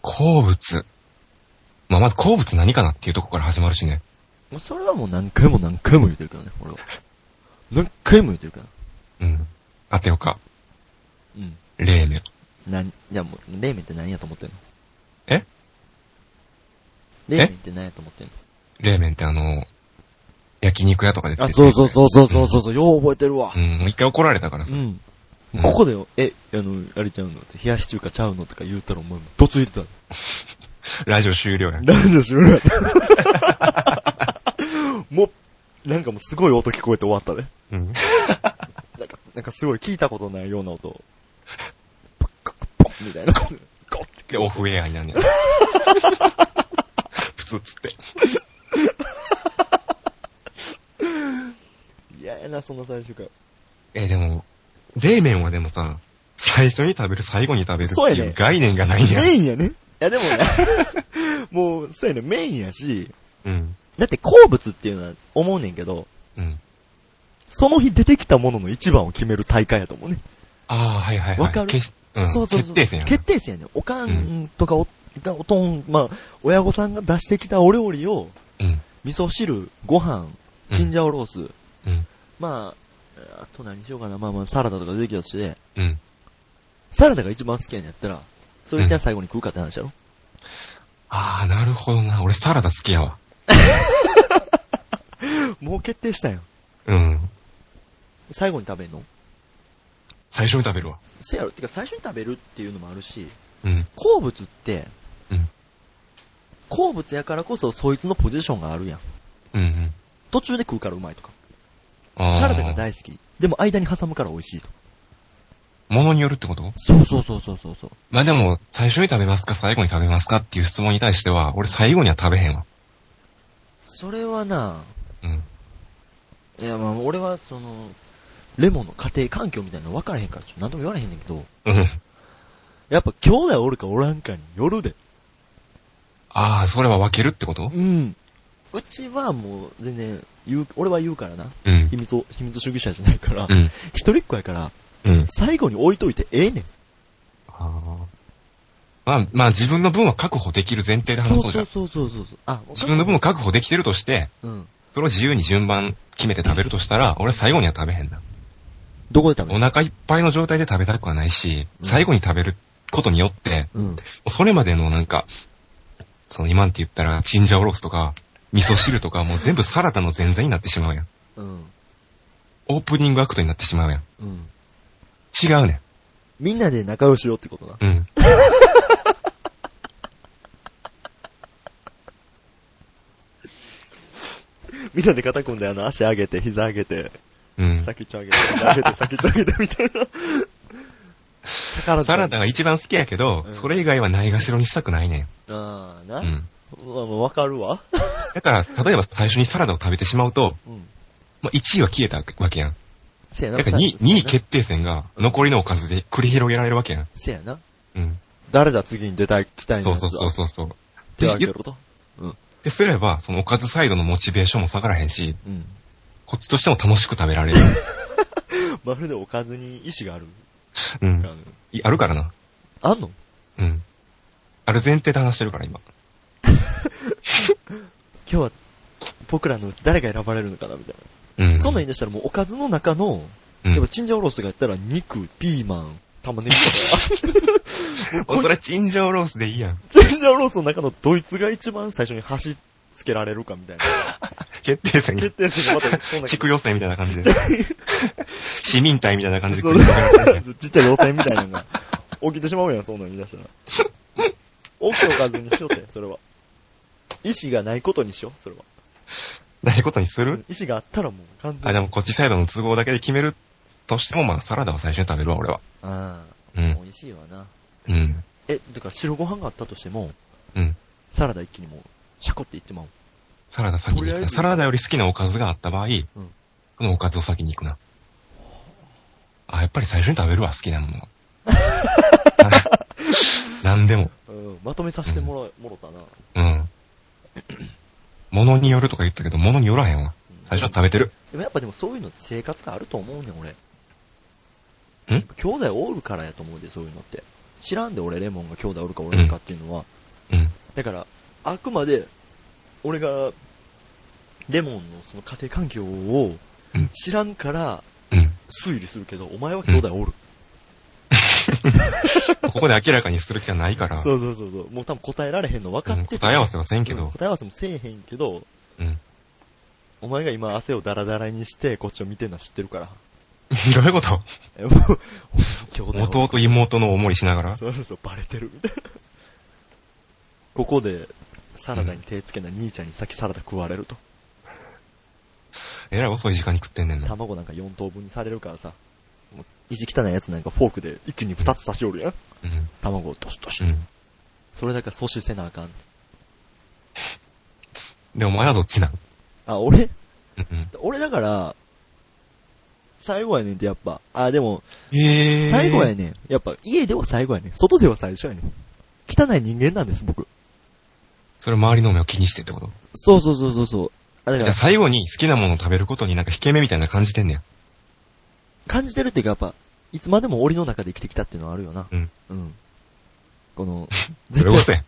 Speaker 1: 好物。まあ、まず好物何かなっていうとこから始まるしね。
Speaker 2: もうそれはもう何回も何回も言ってるからね、俺は。何回も言ってるから。
Speaker 1: うん。当てようか。
Speaker 2: うん。
Speaker 1: 冷麺。
Speaker 2: なん、じゃあもう、冷麺って何やと思ってんの
Speaker 1: え
Speaker 2: 冷麺って何やと思ってんの
Speaker 1: 冷麺ってあの、焼肉屋とかで出て
Speaker 2: あ、
Speaker 1: る
Speaker 2: そうそうそうそうそうそうそう、よう覚えてるわ
Speaker 1: う。ん、もう一回怒られたから
Speaker 2: う
Speaker 1: さ。
Speaker 2: ん。
Speaker 1: うん
Speaker 2: ここでよ、え、あの、あれちゃうのって冷やし中華ちゃうのとか言うたらお前、どついてたの。
Speaker 1: ラジオ終了や。
Speaker 2: ラジオ終了やった。 もう、なんかもうすごい音聞こえて終わったね。
Speaker 1: うん。
Speaker 2: なんか、なんかすごい聞いたことないような 音。パッカッポンみたいな。ゴッ
Speaker 1: で、オフエアに なんねん。プツッつって。
Speaker 2: 嫌やな、その最初から。
Speaker 1: えー、でも、冷麺はでもさ、最初に食べる、最後に食べる
Speaker 2: そう
Speaker 1: っ
Speaker 2: や
Speaker 1: て
Speaker 2: ね
Speaker 1: いう概念がないんや。
Speaker 2: メインやね。いやでもね、 もう、そうやね、メインやし、
Speaker 1: うん。
Speaker 2: だって好物っていうのは思うねんけど、
Speaker 1: うん。
Speaker 2: その日出てきたものの一番を決める大会やと思うね。
Speaker 1: ああ、はいはいはい。
Speaker 2: わかる
Speaker 1: 決しうん、
Speaker 2: そうそうそ
Speaker 1: 決
Speaker 2: う。
Speaker 1: 定戦やな。
Speaker 2: 決定戦やね。おか
Speaker 1: うん
Speaker 2: とかお、がおとん、まあ、親御さんが出してきたお料理を、
Speaker 1: うん。
Speaker 2: 味噌汁、ご飯、チンジャオロース、
Speaker 1: うん。
Speaker 2: まあ、あと何しようかな、まあまあ、サラダとか出てきたとして、
Speaker 1: うん。
Speaker 2: サラダが一番好きやんやったら、それじゃあ最後に食うかって話やろ、
Speaker 1: ああ、なるほどな。俺サラダ好きやわ。
Speaker 2: もう決定したやん。
Speaker 1: うん。
Speaker 2: 最後に食べんの
Speaker 1: 最初に食べるわ。
Speaker 2: せやろ。てか最初に食べるっていうのもあるし、
Speaker 1: うん。
Speaker 2: 好物って、
Speaker 1: うん
Speaker 2: 好物やからこそそいつのポジションがあるやん。
Speaker 1: うんうん。
Speaker 2: 途中で食うからうまいとか。
Speaker 1: ああ。
Speaker 2: サラダが大好き。でも間に挟むから美味しいと。
Speaker 1: ものによるってこと
Speaker 2: そうそうそうそうそうそう。
Speaker 1: まあでも、最初に食べますか、最後に食べますかっていう質問に対しては、俺最後には食べへんわ。
Speaker 2: それはな、
Speaker 1: うん。
Speaker 2: いやまあ俺はその、レモンの家庭環境みたいなの分からへんから、ちょっと何とも言われへんねんけど、
Speaker 1: うん。
Speaker 2: やっぱ兄弟おるかおらんかによるで。
Speaker 1: ああ、それは分けるってこと
Speaker 2: うん。うちはもう全然言う、俺は言うからな。
Speaker 1: うん
Speaker 2: 秘。密を、秘密主義者じゃないから、
Speaker 1: うん。
Speaker 2: 一人っ子やから、
Speaker 1: うん。
Speaker 2: 最後に置いといてええねん。
Speaker 1: ああ。まあ、まあ自分の分は確保できる前提で話そうじゃん。
Speaker 2: そうそうそうそう。あ、
Speaker 1: 自分の分を確保できてるとして、
Speaker 2: うん。
Speaker 1: それを自由に順番決めて食べるとしたら、俺は最後には食べへんな。
Speaker 2: どこで食べ
Speaker 1: お
Speaker 2: る
Speaker 1: 腹いっぱいの状態で食べたくはないし、
Speaker 2: うん
Speaker 1: 最後に食べることによって、
Speaker 2: うん。
Speaker 1: それまでのなんか、その今って言ったら、チンジャオロースとか、味噌汁とか、もう全部サラダの前座になってしまうやん。
Speaker 2: うん。
Speaker 1: オープニングアクトになってしまうやん。
Speaker 2: うん。
Speaker 1: 違うね
Speaker 2: みんなで仲良しよってことな。
Speaker 1: ん。うん。
Speaker 2: みんなで肩組んで、あの、足上げて、膝上げて、
Speaker 1: うん。
Speaker 2: 先っちょ上げて、膝上 げて、先っちょ上げて、みたいな。宝塚
Speaker 1: サラダが一番好きやけど、
Speaker 2: うん
Speaker 1: それ以外はないがしろにしたくないね
Speaker 2: ああ、
Speaker 1: ん。
Speaker 2: な。
Speaker 1: う
Speaker 2: ま
Speaker 1: ん。
Speaker 2: あまあ、わかるわ。
Speaker 1: だから、例えば最初にサラダを食べてしまうと、
Speaker 2: うん。
Speaker 1: まあ、1位は消えたわけやん。
Speaker 2: せやな。
Speaker 1: だから
Speaker 2: さ
Speaker 1: 2, 2位決定戦が残りのおかずで繰り広げられるわけやん。
Speaker 2: せやな。
Speaker 1: うん。
Speaker 2: 誰だ次に出たい、来たい
Speaker 1: そうそうそう
Speaker 2: う。
Speaker 1: そうそう。って
Speaker 2: 手を
Speaker 1: 言
Speaker 2: 挙げ
Speaker 1: っ
Speaker 2: ること。
Speaker 1: てすれば、そのおかずサイドのモチベーションも下がらへんし、
Speaker 2: うん。
Speaker 1: こっちとしても楽しく食べ られる。
Speaker 2: まるでおかずに意志がある。
Speaker 1: うん。いあるからな。
Speaker 2: あんの
Speaker 1: うん。ある前提で話してるから今。
Speaker 2: 今日は、僕らのうち誰が選ばれるのかなみたい
Speaker 1: うん。
Speaker 2: な。そんなん言い出したらもうおかずの中の、
Speaker 1: う
Speaker 2: やっぱ
Speaker 1: ん。
Speaker 2: チンジャオロースとかやったら肉、ピーマン、玉ねぎと
Speaker 1: おそれチンジャオロースでいいやん。
Speaker 2: か。チンジャオロースの中のドイツが一番最初に箸つけられるかみたいな。
Speaker 1: 決定戦
Speaker 2: 決定戦がまたそんな
Speaker 1: 地区予選みたいな感じ で。市民隊みたいな感じで
Speaker 2: そ
Speaker 1: 繰
Speaker 2: う
Speaker 1: り広げ られるね。
Speaker 2: ちっちゃい要請みたいなの が起きてしまうやん、そんなん言い出したら。起きておかずにしようって、それは。意志がないことにしよう、それは。
Speaker 1: ないことにする
Speaker 2: 意志があったらもう完全
Speaker 1: あ、
Speaker 2: に。
Speaker 1: でもこっちサイドの都合だけで決めるとしても、まあサラダは最初に食べるわ、俺は。
Speaker 2: あ
Speaker 1: う
Speaker 2: あ、
Speaker 1: ん
Speaker 2: も。う意志はな。
Speaker 1: うん。
Speaker 2: え、だから白ご飯があったとしても、
Speaker 1: うん
Speaker 2: サラダ一気にもう、シャコっていってまう。
Speaker 1: サラダ先に
Speaker 2: とりあ
Speaker 1: 行
Speaker 2: え
Speaker 1: く
Speaker 2: ず
Speaker 1: な。サラダより好きなおかずがあった場合、このおかずを先に行 くな。あ、やっぱり最初に食べるわ、好きなもの は。何でも。
Speaker 2: うん、まとめさせてもら、うもろたな。
Speaker 1: うん。物によるとか言ったけど、物によらへんわ。最初は食べてる。
Speaker 2: でもやっぱでもそういうのって生活があると思うねん、俺。
Speaker 1: ん
Speaker 2: 兄弟おるからやと思うで、そういうのって。知らんで俺、レモンが兄弟おるかおらんかっていうのは。
Speaker 1: うん。
Speaker 2: だから、あくまで、俺が、レモンのその家庭環境を
Speaker 1: うん
Speaker 2: 知らんから
Speaker 1: うん。
Speaker 2: 推理するけど、お前は兄弟おる。
Speaker 1: ここで明らかにする気はないから、
Speaker 2: そうそうそうそう。もう多分答えられへんの分か
Speaker 1: う
Speaker 2: っ
Speaker 1: ん
Speaker 2: てて
Speaker 1: 答え合わせはせんけ
Speaker 2: うん
Speaker 1: ど、
Speaker 2: 答え合わせもせえへんけど、
Speaker 1: うん。
Speaker 2: お前が今汗をダラダラにしてこっちを見てるのは知って るから。
Speaker 1: どういうこと
Speaker 2: え、もう、兄弟おる
Speaker 1: 弟妹のおもりしながら、
Speaker 2: そうそうそう、バレてるみたいな。ここで、サラダに手つけな兄ちゃんに先サラダ食われると。
Speaker 1: えらい遅い時間に食ってんねんな。
Speaker 2: 卵なんか4等分にされるからさ、もう意地汚いやつなんかフォークで一気に2つ差しおるやん。
Speaker 1: うん。
Speaker 2: 卵をドシドシ
Speaker 1: う
Speaker 2: と。
Speaker 1: ん。
Speaker 2: それだから阻止せなあかん。
Speaker 1: で、お前はどっちなん
Speaker 2: あ、俺
Speaker 1: うん。
Speaker 2: 俺だから、最後やねんってやっぱ、あ、でも、
Speaker 1: ええー。
Speaker 2: 最後やねん。やっぱ、家では最後やねん。外では最初やねん。汚い人間なんです、僕。
Speaker 1: それ周りの目を気にしてってこと
Speaker 2: そうそうそうそうそう。あ、だ
Speaker 1: じ
Speaker 2: か
Speaker 1: ゃあ
Speaker 2: ら、
Speaker 1: 最後に好きなものを食べることになんか引け目みたいな感じてんねや。
Speaker 2: 感じてるっていうか、やっぱ、いつまでも檻の中で生きてきたっていうのはあるよな。
Speaker 1: うん。
Speaker 2: うん。こ の、
Speaker 1: それこそやん。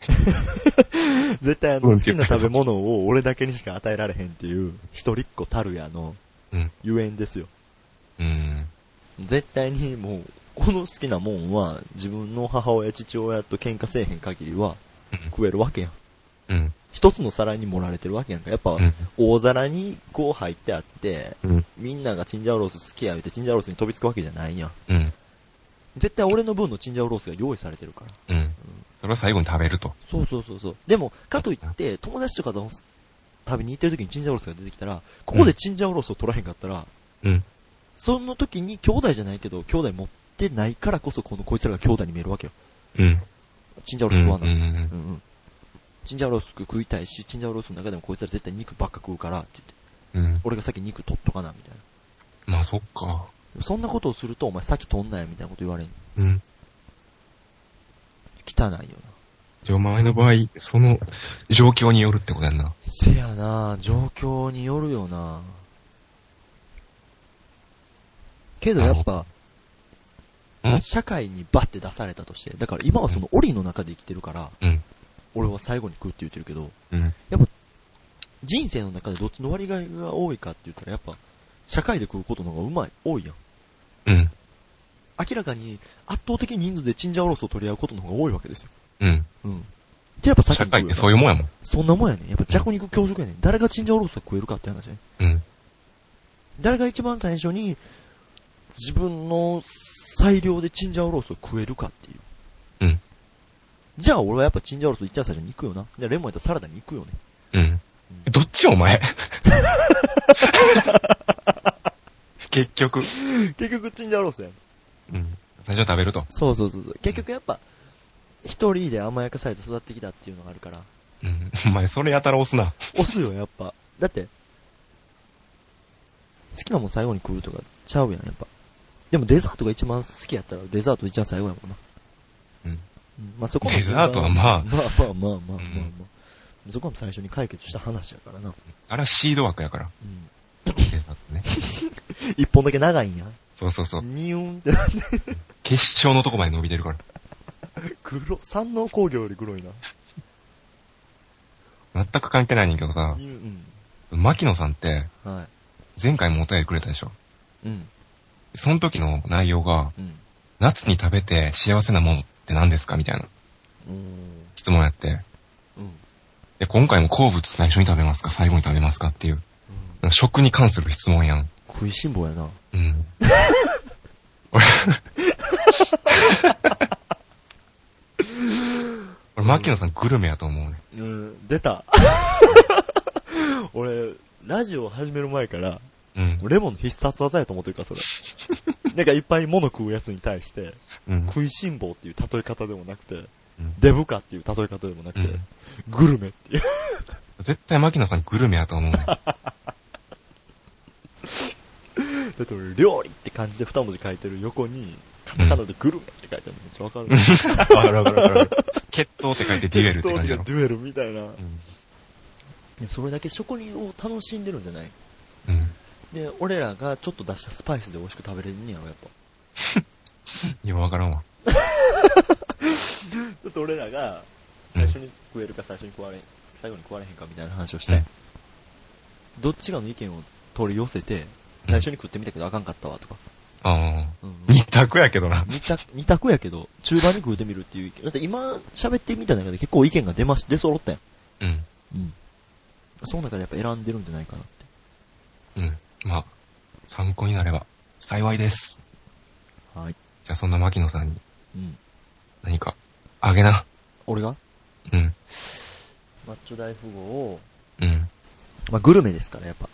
Speaker 2: 絶対あの、
Speaker 1: うん
Speaker 2: 好きな食べ物を俺だけにしか与えられへんっていう、一人っ子たるやの
Speaker 1: うん、
Speaker 2: ゆえんですよ。
Speaker 1: うん。
Speaker 2: 絶対にもう、この好きなもんは、自分の母親、父親と喧嘩せえへん限りは
Speaker 1: うん、
Speaker 2: 食えるわけやん。
Speaker 1: うん。
Speaker 2: 一つの皿に盛られてるわけやんか。やっぱ、
Speaker 1: うん。
Speaker 2: 大皿にこう入ってあって、
Speaker 1: うん
Speaker 2: みんながチンジャオロース好きや言うてチンジャオロースに飛びつくわけじゃないやん。
Speaker 1: うん。
Speaker 2: 絶対俺の分のチンジャオロースが用意されてるから。
Speaker 1: うん。それを最後に食べると。
Speaker 2: そうそうそうそう。でも、かといって、友達とかと食べに行ってる時にチンジャオロースが出てきたら、ここでチンジャオロースを取らへんかったら、
Speaker 1: うん。
Speaker 2: その時に兄弟じゃないけど、兄弟持ってないからこそ、このこいつらが兄弟に見えるわけよ。
Speaker 1: うん。
Speaker 2: チンジャオ
Speaker 1: う
Speaker 2: ロース
Speaker 1: ん。
Speaker 2: 食
Speaker 1: う
Speaker 2: わない。
Speaker 1: ん
Speaker 2: うんうん。チンジャオロース食いたいし、チンジャオロースの中でもこいつら絶対肉ばっか食うから、って言って、
Speaker 1: うん。
Speaker 2: 俺が先肉取っとかな、みたいな。
Speaker 1: まあそっか。
Speaker 2: そんなことをすると、お前さっき飛んなよみたいなこと言われん。
Speaker 1: うん。
Speaker 2: 汚いよな。
Speaker 1: じゃあお前の場合、その状況によるってことやんな。
Speaker 2: せやな状況によるよなけどやっぱ
Speaker 1: あのん、
Speaker 2: 社会にバッて出されたとして、だから今はその檻の中で生きてるから、
Speaker 1: うん
Speaker 2: 俺は最後に食うって言ってるけど、
Speaker 1: うん。
Speaker 2: 人生の中でどっちの割合が多いかって言ったらやっぱ、社会で食うことの方がうまい、多いやん。
Speaker 1: うん。
Speaker 2: 明らかに圧倒的人数でチンジャオロースを取り合うことの方が多いわけですよ。
Speaker 1: うん。
Speaker 2: うん。でやっぱ先
Speaker 1: 社
Speaker 2: に食
Speaker 1: 会
Speaker 2: うよ
Speaker 1: っ
Speaker 2: な
Speaker 1: てそういうもんやもん。
Speaker 2: そんなもんやねん。やっぱ弱肉強食やねん。誰がチンジャオロースが食えるかって話やねん。
Speaker 1: うん。
Speaker 2: 誰が一番最初に自分の最良でチンジャオロースを食えるかってい
Speaker 1: う
Speaker 2: う。
Speaker 1: ん。
Speaker 2: じゃあ俺はやっぱチンジャオロースいっちゃ最初に行くよな。じゃあレモンやったらサラダに行くよ
Speaker 1: う
Speaker 2: ね。
Speaker 1: ん。どっちお前 結局。
Speaker 2: 結局チンジャオロースやん。
Speaker 1: うん。最初は食べると。
Speaker 2: そうそうそうそう。結局やっぱ、一人で甘やかされて育ってきたっていうのがあるから、
Speaker 1: うん。お前それやたら押すな。
Speaker 2: 押すよやっぱ。だって、好きなもん最後に食うとかちゃうやん、やっぱ。でもデザートが一番好きやったらデザート一番最後やもんな。
Speaker 1: うん
Speaker 2: ま あそこも
Speaker 1: デザートはまあ
Speaker 2: まあまあまあまあまあまあ、
Speaker 1: うん
Speaker 2: そこも最初に解決した話やからな。
Speaker 1: あれはシード枠やから。
Speaker 2: うん。
Speaker 1: ね
Speaker 2: 一本だけ長いんや。
Speaker 1: そうそうそう。
Speaker 2: ニュー ンって、
Speaker 1: 決勝のとこまで伸びてるから。
Speaker 2: 黒、山王工業より黒いな。
Speaker 1: 全く関係ないねんけどさ
Speaker 2: ニ、ューン
Speaker 1: 牧野さんって、
Speaker 2: うん。はい。
Speaker 1: 前回もお便りくれたでしょ。
Speaker 2: うん。
Speaker 1: その時の内容が、
Speaker 2: うん。
Speaker 1: 夏に食べて幸せなものって何ですかみたいな
Speaker 2: うん。
Speaker 1: 質問やって。
Speaker 2: うん。
Speaker 1: で、今回も好物最初に食べますか最後に食べますかっていう、食に関する質問やん。
Speaker 2: 食いしん坊やな。
Speaker 1: うん。俺、 俺、牧野さんグルメやと思うね。
Speaker 2: うん、出た。 俺、ラジオ始める前から、
Speaker 1: うん。
Speaker 2: レモンの必殺技やと思ってるから、それ。 なんかいっぱい物食うやつに対して、
Speaker 1: うん。
Speaker 2: 食いしん坊っていう例え方でもなくて、
Speaker 1: うん
Speaker 2: デブかっていう例え方でもなくて、
Speaker 1: うん
Speaker 2: グルメっていう。
Speaker 1: 絶対牧野さんグルメやと思うね。
Speaker 2: だって俺、料理って感じで二文字書いてる横に、カタカナでグルメって書いてあるのめっちゃわ かる。
Speaker 1: わかるわかるわかる。決闘って書いてデュエルって感じだろ
Speaker 2: デ。ュエルみたいな。
Speaker 1: うん。
Speaker 2: それだけ食を楽しんでるんじゃない
Speaker 1: うん。
Speaker 2: で、俺らがちょっと出したスパイスで美味しく食べれるんやろ、やっぱ。
Speaker 1: いや、わからんわ。
Speaker 2: だって俺らが、最初に食えるか最初に食われん最後に壊れへんかみたいな話をして、
Speaker 1: うん
Speaker 2: どっちかの意見を取り寄せて、最初に食ってみたけどあかんかったわとか。
Speaker 1: あ
Speaker 2: うんうん
Speaker 1: あ。二択やけどな。
Speaker 2: 二択、二択やけど、中盤に食うてみるっていう意見。だって今喋ってみた中で結構意見が出まし、出揃ったやん。
Speaker 1: うん。
Speaker 2: うん。その中でやっぱ選んでるんじゃないかなって。
Speaker 1: うん。まあ、参考になれば幸いです。
Speaker 2: はい。
Speaker 1: じゃあそんな牧野さんに
Speaker 2: うん。
Speaker 1: 何かあげな。
Speaker 2: 俺が
Speaker 1: うん。
Speaker 2: マッチョ大富豪を、
Speaker 1: うん。
Speaker 2: まあ、グルメですから、やっぱ。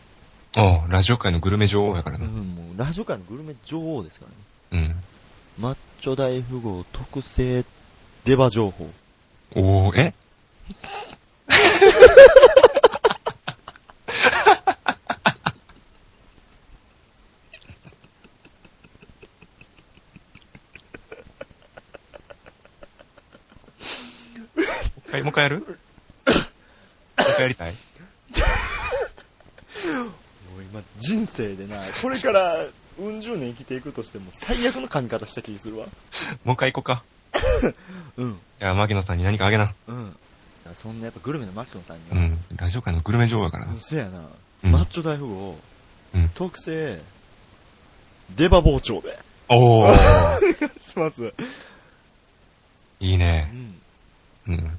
Speaker 1: ああ、ラジオ界のグルメ女王やから
Speaker 2: う
Speaker 1: な。
Speaker 2: ん、もう、ラジオ界のグルメ女王ですからね。
Speaker 1: うん。
Speaker 2: マッチョ大富豪特製デバ情報。
Speaker 1: おー、 えはい、もう一回やるもう一回やりたい
Speaker 2: 俺今、人生でな、これから、うん十年生きていくとしても、最悪の噛み方した気するわ。
Speaker 1: もう一回行こうか。
Speaker 2: うん。
Speaker 1: じゃあ、牧野さんに何かあげな。
Speaker 2: うん。そんなやっぱグルメのマッチョさんに
Speaker 1: う
Speaker 2: は、
Speaker 1: ん。ラジオ界のグルメ女王やからな
Speaker 2: う。せやな、
Speaker 1: うん
Speaker 2: マッチョ大富豪、
Speaker 1: うん
Speaker 2: 特製、デバ包丁で、
Speaker 1: おー、
Speaker 2: します。
Speaker 1: いいうね。
Speaker 2: ん。
Speaker 1: うん。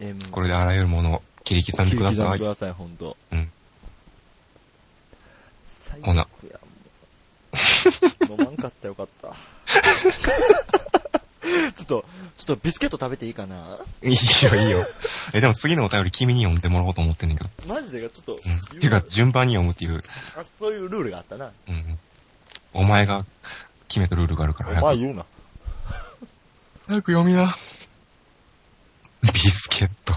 Speaker 2: えー
Speaker 1: これであらゆるものを切り刻んでくださ
Speaker 2: 切り刻んで
Speaker 1: い
Speaker 2: く。ださい、ほんと。
Speaker 1: うん。
Speaker 2: 最悪
Speaker 1: ほ
Speaker 2: や
Speaker 1: な
Speaker 2: もう飲まんかったよかった。 ちょっと、ちょっとビスケット食べていいかな
Speaker 1: い
Speaker 2: い
Speaker 1: よ、いいよ。 え、でも次のお便り君に読んでもらおうと思ってんねんけど。
Speaker 2: マジでちょっと、
Speaker 1: うん。ていうか、順番に読むっていう。
Speaker 2: あそういうルールがあったな。
Speaker 1: うん。お前が決めたルールがあるから早く、
Speaker 2: 言うな。
Speaker 1: 早く読みな。ビスケット。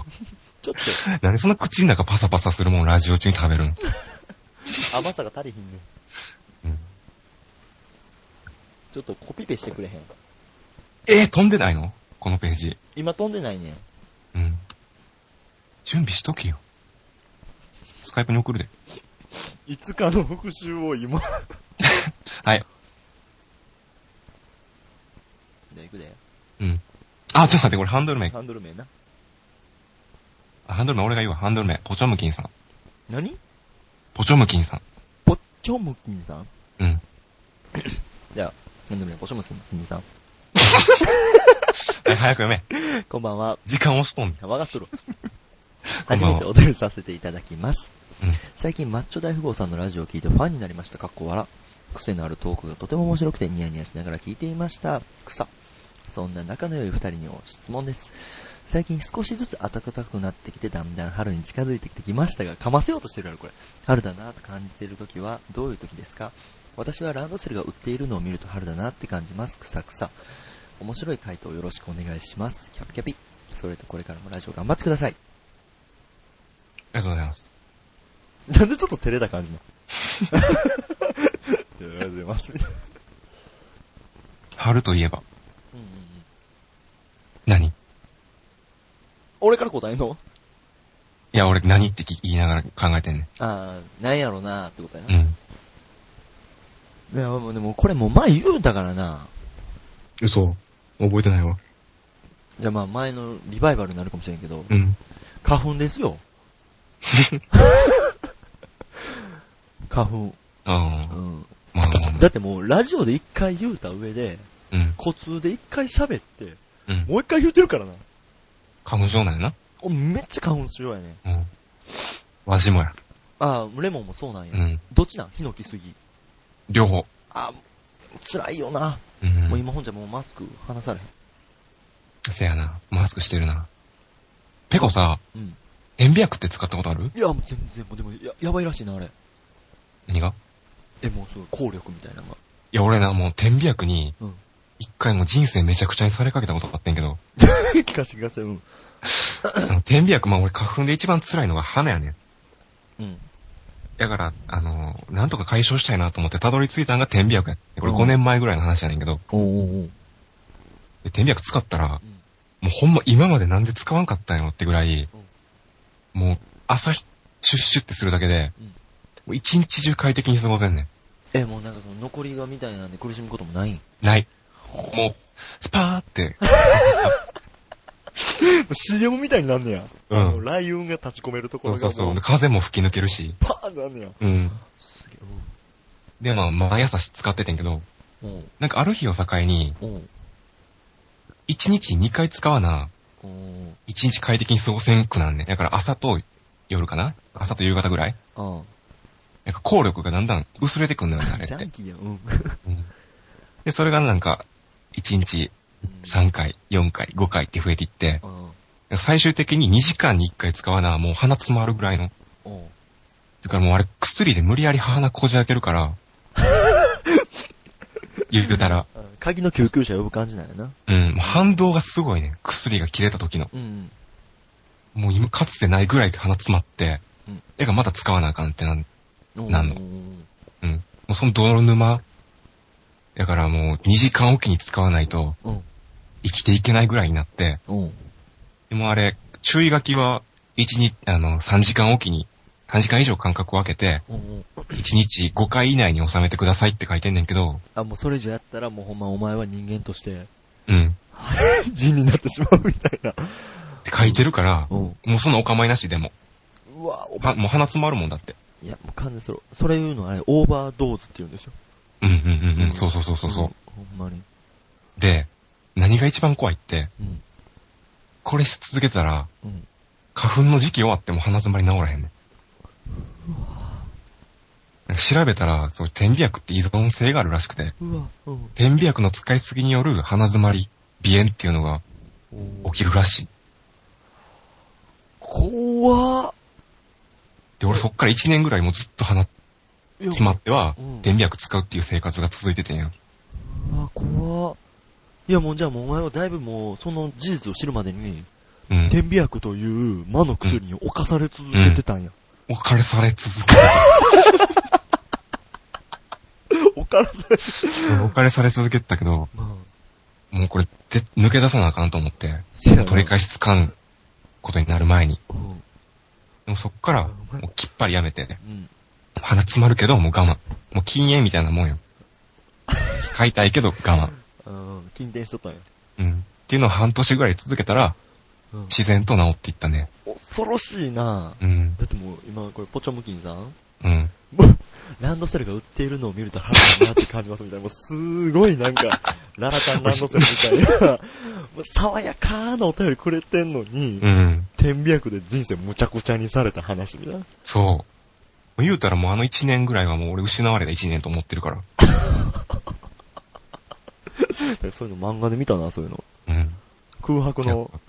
Speaker 2: ちょっと
Speaker 1: なんでそんな口の中パサパサするもんラジオ中に食べるの
Speaker 2: 甘さが足りひんねん。
Speaker 1: うん。
Speaker 2: ちょっとコピペしてくれへん。
Speaker 1: えー飛んでないのこのページ。
Speaker 2: 今飛んでないねん。
Speaker 1: うん。準備しとけよ。スカイプに送るで。
Speaker 2: いつかの復讐を今。
Speaker 1: はい。
Speaker 2: じゃあ行くで。
Speaker 1: うん。あ、ちょっと待って、これハンドル名。
Speaker 2: ハンドル名な。
Speaker 1: あハンドル名俺が言うわ、ハンドル名。ポチョムキンさん。
Speaker 2: 何
Speaker 1: ポチョムキンさん。
Speaker 2: ポッチョムキンさん
Speaker 1: うん。
Speaker 2: じゃあ、ハンドル名、ポッチョムキンさん。
Speaker 1: え早く読め。
Speaker 2: こんばんは。
Speaker 1: 時間押しとんねん。
Speaker 2: わかっとる。
Speaker 1: こん
Speaker 2: 初
Speaker 1: ばんは
Speaker 2: めてお便りさせていただきます。
Speaker 1: うん
Speaker 2: 最近マッチョ大富豪さんのラジオを聞いてファンになりました。かっこ笑。癖のあるトークがとても面白くてニヤニヤしながら聞いていました。草。そんな仲の良い二人にお質問です。最近少しずつ暖かくなってきてだんだん春に近づいてきてきましたが、かませようとしてるやろ、これ。春だなと感じている時はどういう時ですか私はランドセルが売っているのを見ると春だなって感じます。草草。面白い回答をよろしくお願いします。キャピキャピ。それとこれからもラジオ頑張ってください。
Speaker 1: ありがとうございます。
Speaker 2: なんでちょっと照れた感じな のいやありがとうございます、みたいな。
Speaker 1: 春といえば、何い
Speaker 2: 俺から答えんの
Speaker 1: や、俺何って聞言いながら考えてんね
Speaker 2: ああ、なんやろなーってことや
Speaker 1: ん。う
Speaker 2: な。
Speaker 1: ん。
Speaker 2: いや、もうでもこれもう前言うたからな。
Speaker 1: 嘘。覚えてないわ。
Speaker 2: じゃあまあ前のリバイバルになるかもしれんけど、
Speaker 1: うん。
Speaker 2: 花粉です よ。花粉。
Speaker 1: あ
Speaker 2: う
Speaker 1: あ、
Speaker 2: ん。
Speaker 1: まあまあま
Speaker 2: だ
Speaker 1: あ。
Speaker 2: ってもうラジオで一回言うた上で、
Speaker 1: うん。
Speaker 2: コツで一回喋って、
Speaker 1: うん。
Speaker 2: もう一回言うてるからな。
Speaker 1: 花粉症なんやな。
Speaker 2: おめっちゃ花粉症やね。
Speaker 1: うん。わしもや。
Speaker 2: ああ、レモンもそうなんや。
Speaker 1: うん。
Speaker 2: どっちなんヒノキすぎ。
Speaker 1: 両方。
Speaker 2: あ、辛いよな。
Speaker 1: うん。
Speaker 2: もう今本じゃもうマスク離され
Speaker 1: せやな。マスクしてるな。ペコさ、
Speaker 2: へん。うん。
Speaker 1: 塩ビ薬って使ったことある
Speaker 2: いや、もう全然、もうでも、や、やばいらしいな、あれ。
Speaker 1: 何が
Speaker 2: え、もうすごい、効力みたいなのが。
Speaker 1: いや、俺な、もう点鼻薬に
Speaker 2: うん、
Speaker 1: 一回もう人生めちゃくちゃにされかけたことがあってんけど、
Speaker 2: 聞かせて聞かせて、うん。
Speaker 1: あの、点鼻薬、まあ俺花粉で一番辛いのが鼻やねん。
Speaker 2: うん。
Speaker 1: だから、あの、なんとか解消したいなと思ってたどり着いたんが点鼻薬や。これ5年前ぐらいの話やねんけど、
Speaker 2: おうおうおう
Speaker 1: で点鼻薬使ったら、もうほんま今までなんで使わんかったんやろってぐらい、もう朝シュッシュってするだけで
Speaker 2: うん、
Speaker 1: もう一日中快適に過ごせんねん。
Speaker 2: え、もうなんかその、残りがみたいなんで苦しむ こともないん
Speaker 1: ない。もう、スパーって。
Speaker 2: CM みたいになんねや。
Speaker 1: うん
Speaker 2: あの雷雲が立ち込めるとこ
Speaker 1: そ
Speaker 2: ろ
Speaker 1: う
Speaker 2: が
Speaker 1: そ
Speaker 2: も
Speaker 1: う
Speaker 2: う、
Speaker 1: そう。風も吹き抜けるし。
Speaker 2: パーンなんねや。
Speaker 1: うん。
Speaker 2: すげ
Speaker 1: で、まあ、毎朝使っててんけど、
Speaker 2: えうん。
Speaker 1: なんかある日を境に、
Speaker 2: うん。
Speaker 1: 1日2回使わな、
Speaker 2: うん。
Speaker 1: 1日快適に過ごせんくなんね。だから朝と夜かな朝と夕方ぐらい
Speaker 2: うん。
Speaker 1: なんか効力がだんだん薄れてくんのよね、あれ
Speaker 2: ジ
Speaker 1: っ
Speaker 2: ャン
Speaker 1: て。
Speaker 2: キーやん。うん。
Speaker 1: うんで、それがなんか、1日3回、4回、5回って増えていって
Speaker 2: う、ん。
Speaker 1: 最終的に2時間に1回使わな、もう鼻詰まるぐらいの。
Speaker 2: うん。
Speaker 1: だからもうあれ、薬で無理やり鼻こじ開ける から、言うたら、
Speaker 2: 鍵の救急車呼ぶ感じなんやな。
Speaker 1: うん、もう反動がすごいね。薬が切れた時の。
Speaker 2: うん。
Speaker 1: もう今かつてないぐらい鼻詰まって
Speaker 2: うん、
Speaker 1: 絵がまた使わなあかんってなん、なんの
Speaker 2: うん
Speaker 1: うん。もうその泥沼、だからもう2時間おきに使わないと
Speaker 2: うん。
Speaker 1: 生きていけないぐらいになって、
Speaker 2: うん。
Speaker 1: でもあれ、注意書きは、1日、あの、3時間おきに、3時間以上間隔を空けて、
Speaker 2: うん。
Speaker 1: 1日5回以内に収めてくださいって書いてんねんけど、
Speaker 2: あ、もうそれ以上やったらもうほんまお前は人間として、
Speaker 1: うん。
Speaker 2: 人になってしまうみたいな。
Speaker 1: って書いてるから、
Speaker 2: うん。
Speaker 1: もうそんなお構いなしでも、
Speaker 2: うわお前
Speaker 1: は、もう鼻詰まるもんだって。
Speaker 2: いや、もう完全にそれ、それ言うのあれ、オーバードーズって言うんでしょ。
Speaker 1: うんうんうんうん、そうそうそうそうそう。
Speaker 2: うん。ほんまに。
Speaker 1: で、何が一番怖いって、
Speaker 2: うん。
Speaker 1: これし続けたら、
Speaker 2: うん。
Speaker 1: 花粉の時期終わっても鼻詰まり治らへんねん。なんか調べたら、そう、点鼻薬って依存性があるらしくて、
Speaker 2: うわ、うん。
Speaker 1: 点鼻薬の使いすぎによる鼻詰まり、鼻炎っていうのが
Speaker 2: お
Speaker 1: 起きるらしい。
Speaker 2: 怖っ。
Speaker 1: で、俺そっから1年ぐらいもうずっと鼻詰まっては
Speaker 2: うん、
Speaker 1: 電脈使うっていう生活が続いててんや。
Speaker 2: うわ、怖っ。いや、もうじゃあもうお前はだいぶもう、その事実を知るまでに、
Speaker 1: うん。
Speaker 2: 点鼻薬という魔の薬に侵され続けてたんや。
Speaker 1: おかれされ続け
Speaker 2: おからされ。
Speaker 1: て、おかれされ続けてたけど、
Speaker 2: ま
Speaker 1: もうこれ、ぜ抜け出さなあかんと思って、
Speaker 2: せやな
Speaker 1: 取り返しつかんことになる前に。
Speaker 2: あ、うん。
Speaker 1: でもそっから、もうきっぱりやめて、
Speaker 2: うん。
Speaker 1: 鼻詰まるけど、もう我慢。もう禁煙みたいなもん よ。使いたいけど我慢。
Speaker 2: うん。禁転しとったんや。
Speaker 1: うん。っていうのを半年ぐらい続けたら、
Speaker 2: うん。
Speaker 1: 自然と治っていったね。
Speaker 2: 恐ろしいな
Speaker 1: うん。
Speaker 2: だってもう、今、これ、ポチョムキンさん
Speaker 1: うん。
Speaker 2: もう、ランドセルが売っているのを見ると腹がなって感じますみたいな。もうすごいなんか、ララタンランドセルみたいな、もう爽やかなお便りくれてんのに
Speaker 1: う、ん。
Speaker 2: 天秤薬で人生むちゃくちゃにされた話みたいな。
Speaker 1: そう。もう言うたらもうあの1年ぐらいはもう俺失われた1年と思ってるから。
Speaker 2: だからそういうの漫画で見たな、そういうの。
Speaker 1: うん。
Speaker 2: 空白の
Speaker 1: や、っぱ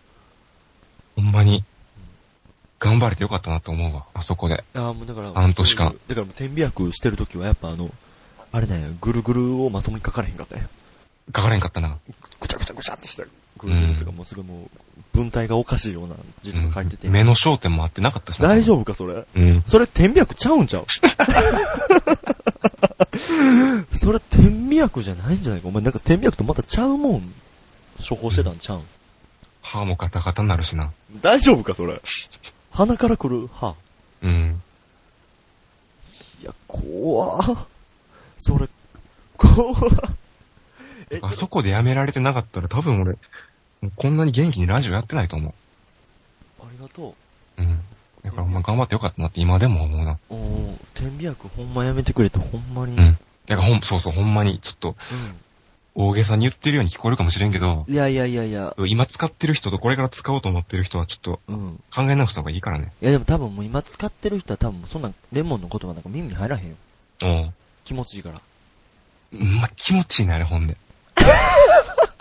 Speaker 1: ほんまに、頑張れてよかったなと思うわ、あそこで。
Speaker 2: ああ、もうだから、
Speaker 1: 半年間
Speaker 2: そういうだからもう天秤薬してるときはやっぱあの、あれなんや、ぐるぐるをまともにかかれへんかったんや。
Speaker 1: 書かれんかったな。
Speaker 2: ぐちゃぐちゃぐちゃってした。ぐるぐるというか、もうすごいもう、文体がおかしいような字
Speaker 1: うん
Speaker 2: が書いてて。
Speaker 1: 目の焦点も合ってなかったしな
Speaker 2: 大丈夫か、それ。
Speaker 1: うん。
Speaker 2: それ、天秤薬ちゃうんちゃう それ、天秤薬じゃないんじゃないかお前、なんか天秤薬とまたちゃうもん、処方してたんちゃうん
Speaker 1: 歯もガタガタになるしな。
Speaker 2: 大丈夫か、それ。鼻から来る歯。
Speaker 1: うん。
Speaker 2: いや、怖ぁ。それ、怖ぁ。え
Speaker 1: あそこでやめられてなかったら多分俺、もうこんなに元気にラジオやってないと思
Speaker 2: ありがと
Speaker 1: う。うん。だからほんま頑張ってよかったなって今でも思うな。
Speaker 2: う。うん、天秤薬ほんまやめてくれて、ほんまに。
Speaker 1: う。ん。だからほん、そうそう、ほんまに、ちょっと、
Speaker 2: う
Speaker 1: 大げさに言ってるように聞こえるかもしれんけど、
Speaker 2: ん。いやいやいやいや、
Speaker 1: 今使ってる人とこれから使おうと思ってる人はちょっと
Speaker 2: うん。
Speaker 1: 考え直した方がいいからね。
Speaker 2: いやでも多分もう今使ってる人は多分そんなレモンの言葉なんか耳に入らへんよ。
Speaker 1: うん。
Speaker 2: 気持ちいいから。
Speaker 1: うんまあ、気持ちいいな、あれ、ほんで。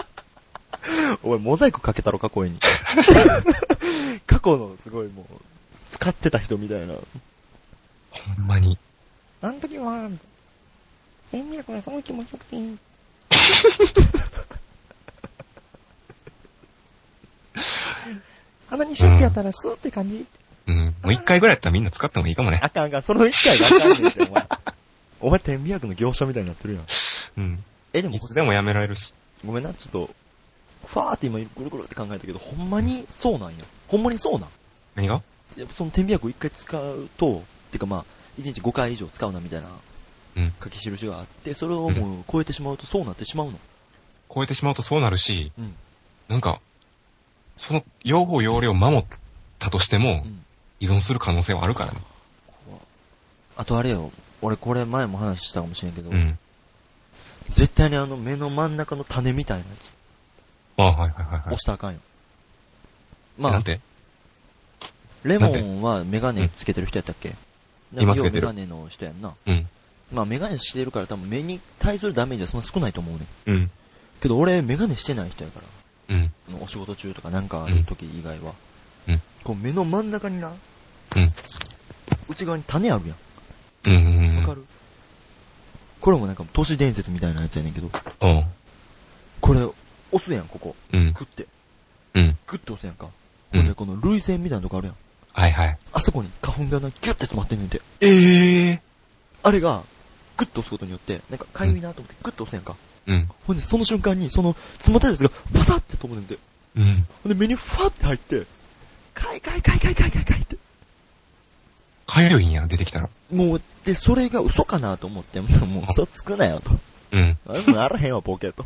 Speaker 2: おい、モザイクかけたろ、過 去に。過去のすごいもう、使ってた人みたいな。
Speaker 1: ほんまに。
Speaker 5: あの時は、天秤薬がすごい気持ちよくて、鼻にシュッてやったらスーって感じ。
Speaker 1: うん。もう一回ぐらいやったらみんな使ってもいいかもね。
Speaker 2: あかんあかん、その一回があかんねんて、お前。お前、天秤薬の業者みたいになってるやん。
Speaker 1: うん。
Speaker 2: え、でも
Speaker 1: い、つでもやめられるし。
Speaker 2: ごめんな、ちょっと、ふわーって今ぐるぐるって考えたけど、ほんまにそうなんや。ほんまにそうなん。
Speaker 1: 何が
Speaker 2: やっぱその点秤薬を一回使うと、てかまあ、一日5回以上使うなみたいな
Speaker 1: うん、
Speaker 2: 書き印があって、それをもう超えてしまうとそうなってしまうの。
Speaker 1: 超えてしまうとそうなるし、
Speaker 2: うん
Speaker 1: なんか、その用法用量を守ったとしても
Speaker 2: うん、
Speaker 1: 依存する可能性はあるからね。
Speaker 2: あとあれよ、俺これ前も話したかもしれんけど、
Speaker 1: うん。
Speaker 2: 絶対にあの目の真ん中の種みたいなやつ、
Speaker 1: ああ、はいはいはいは
Speaker 2: 押
Speaker 1: い。
Speaker 2: したらあかんよ。ま
Speaker 1: な
Speaker 2: あ
Speaker 1: ん、て
Speaker 2: レモンはメガネつけてる人やったっけ
Speaker 1: ん今つけてる
Speaker 2: 要はメガネの人やんな。
Speaker 1: うん。
Speaker 2: まあメガネしてるから多分目に対するダメージはそんな少ないと思うねん。
Speaker 1: うん。
Speaker 2: けど俺メガネしてない人やから。
Speaker 1: うん。
Speaker 2: あのお仕事中とかなんかある時以外は。
Speaker 1: うん
Speaker 2: こう目の真ん中にな、
Speaker 1: うん。
Speaker 2: 内側に種あるや。
Speaker 1: うんうんん。
Speaker 2: わかる、これもなんか都市伝説みたいなやつやねんけど、
Speaker 1: うん。
Speaker 2: これ押すやん、ここ。
Speaker 1: うん。
Speaker 2: グって。
Speaker 1: うん。
Speaker 2: グって押すやんか。
Speaker 1: う
Speaker 2: ほんで
Speaker 1: ん。
Speaker 2: この涙腺みたいなとこあるやん。
Speaker 1: はいはい。
Speaker 2: あそこに花粉がな、ギュッて詰まってんねんて。
Speaker 1: ええ
Speaker 2: あれが、グッと押すことによって、なんかかゆいなと思ってグッと押すやんか。
Speaker 1: うん。
Speaker 2: ほんで、その瞬間に、その、詰まったやつが、バサって飛ぶねんで。
Speaker 1: うん。
Speaker 2: ほんで、目にファって入って、かいかいかいかいかいかいかいって。
Speaker 1: かゆいんや、出てきたら。
Speaker 2: もう、で、それが嘘かなと思って、もう もう嘘つくなよと。
Speaker 1: うん。
Speaker 2: あれもならへんわ、ボケと。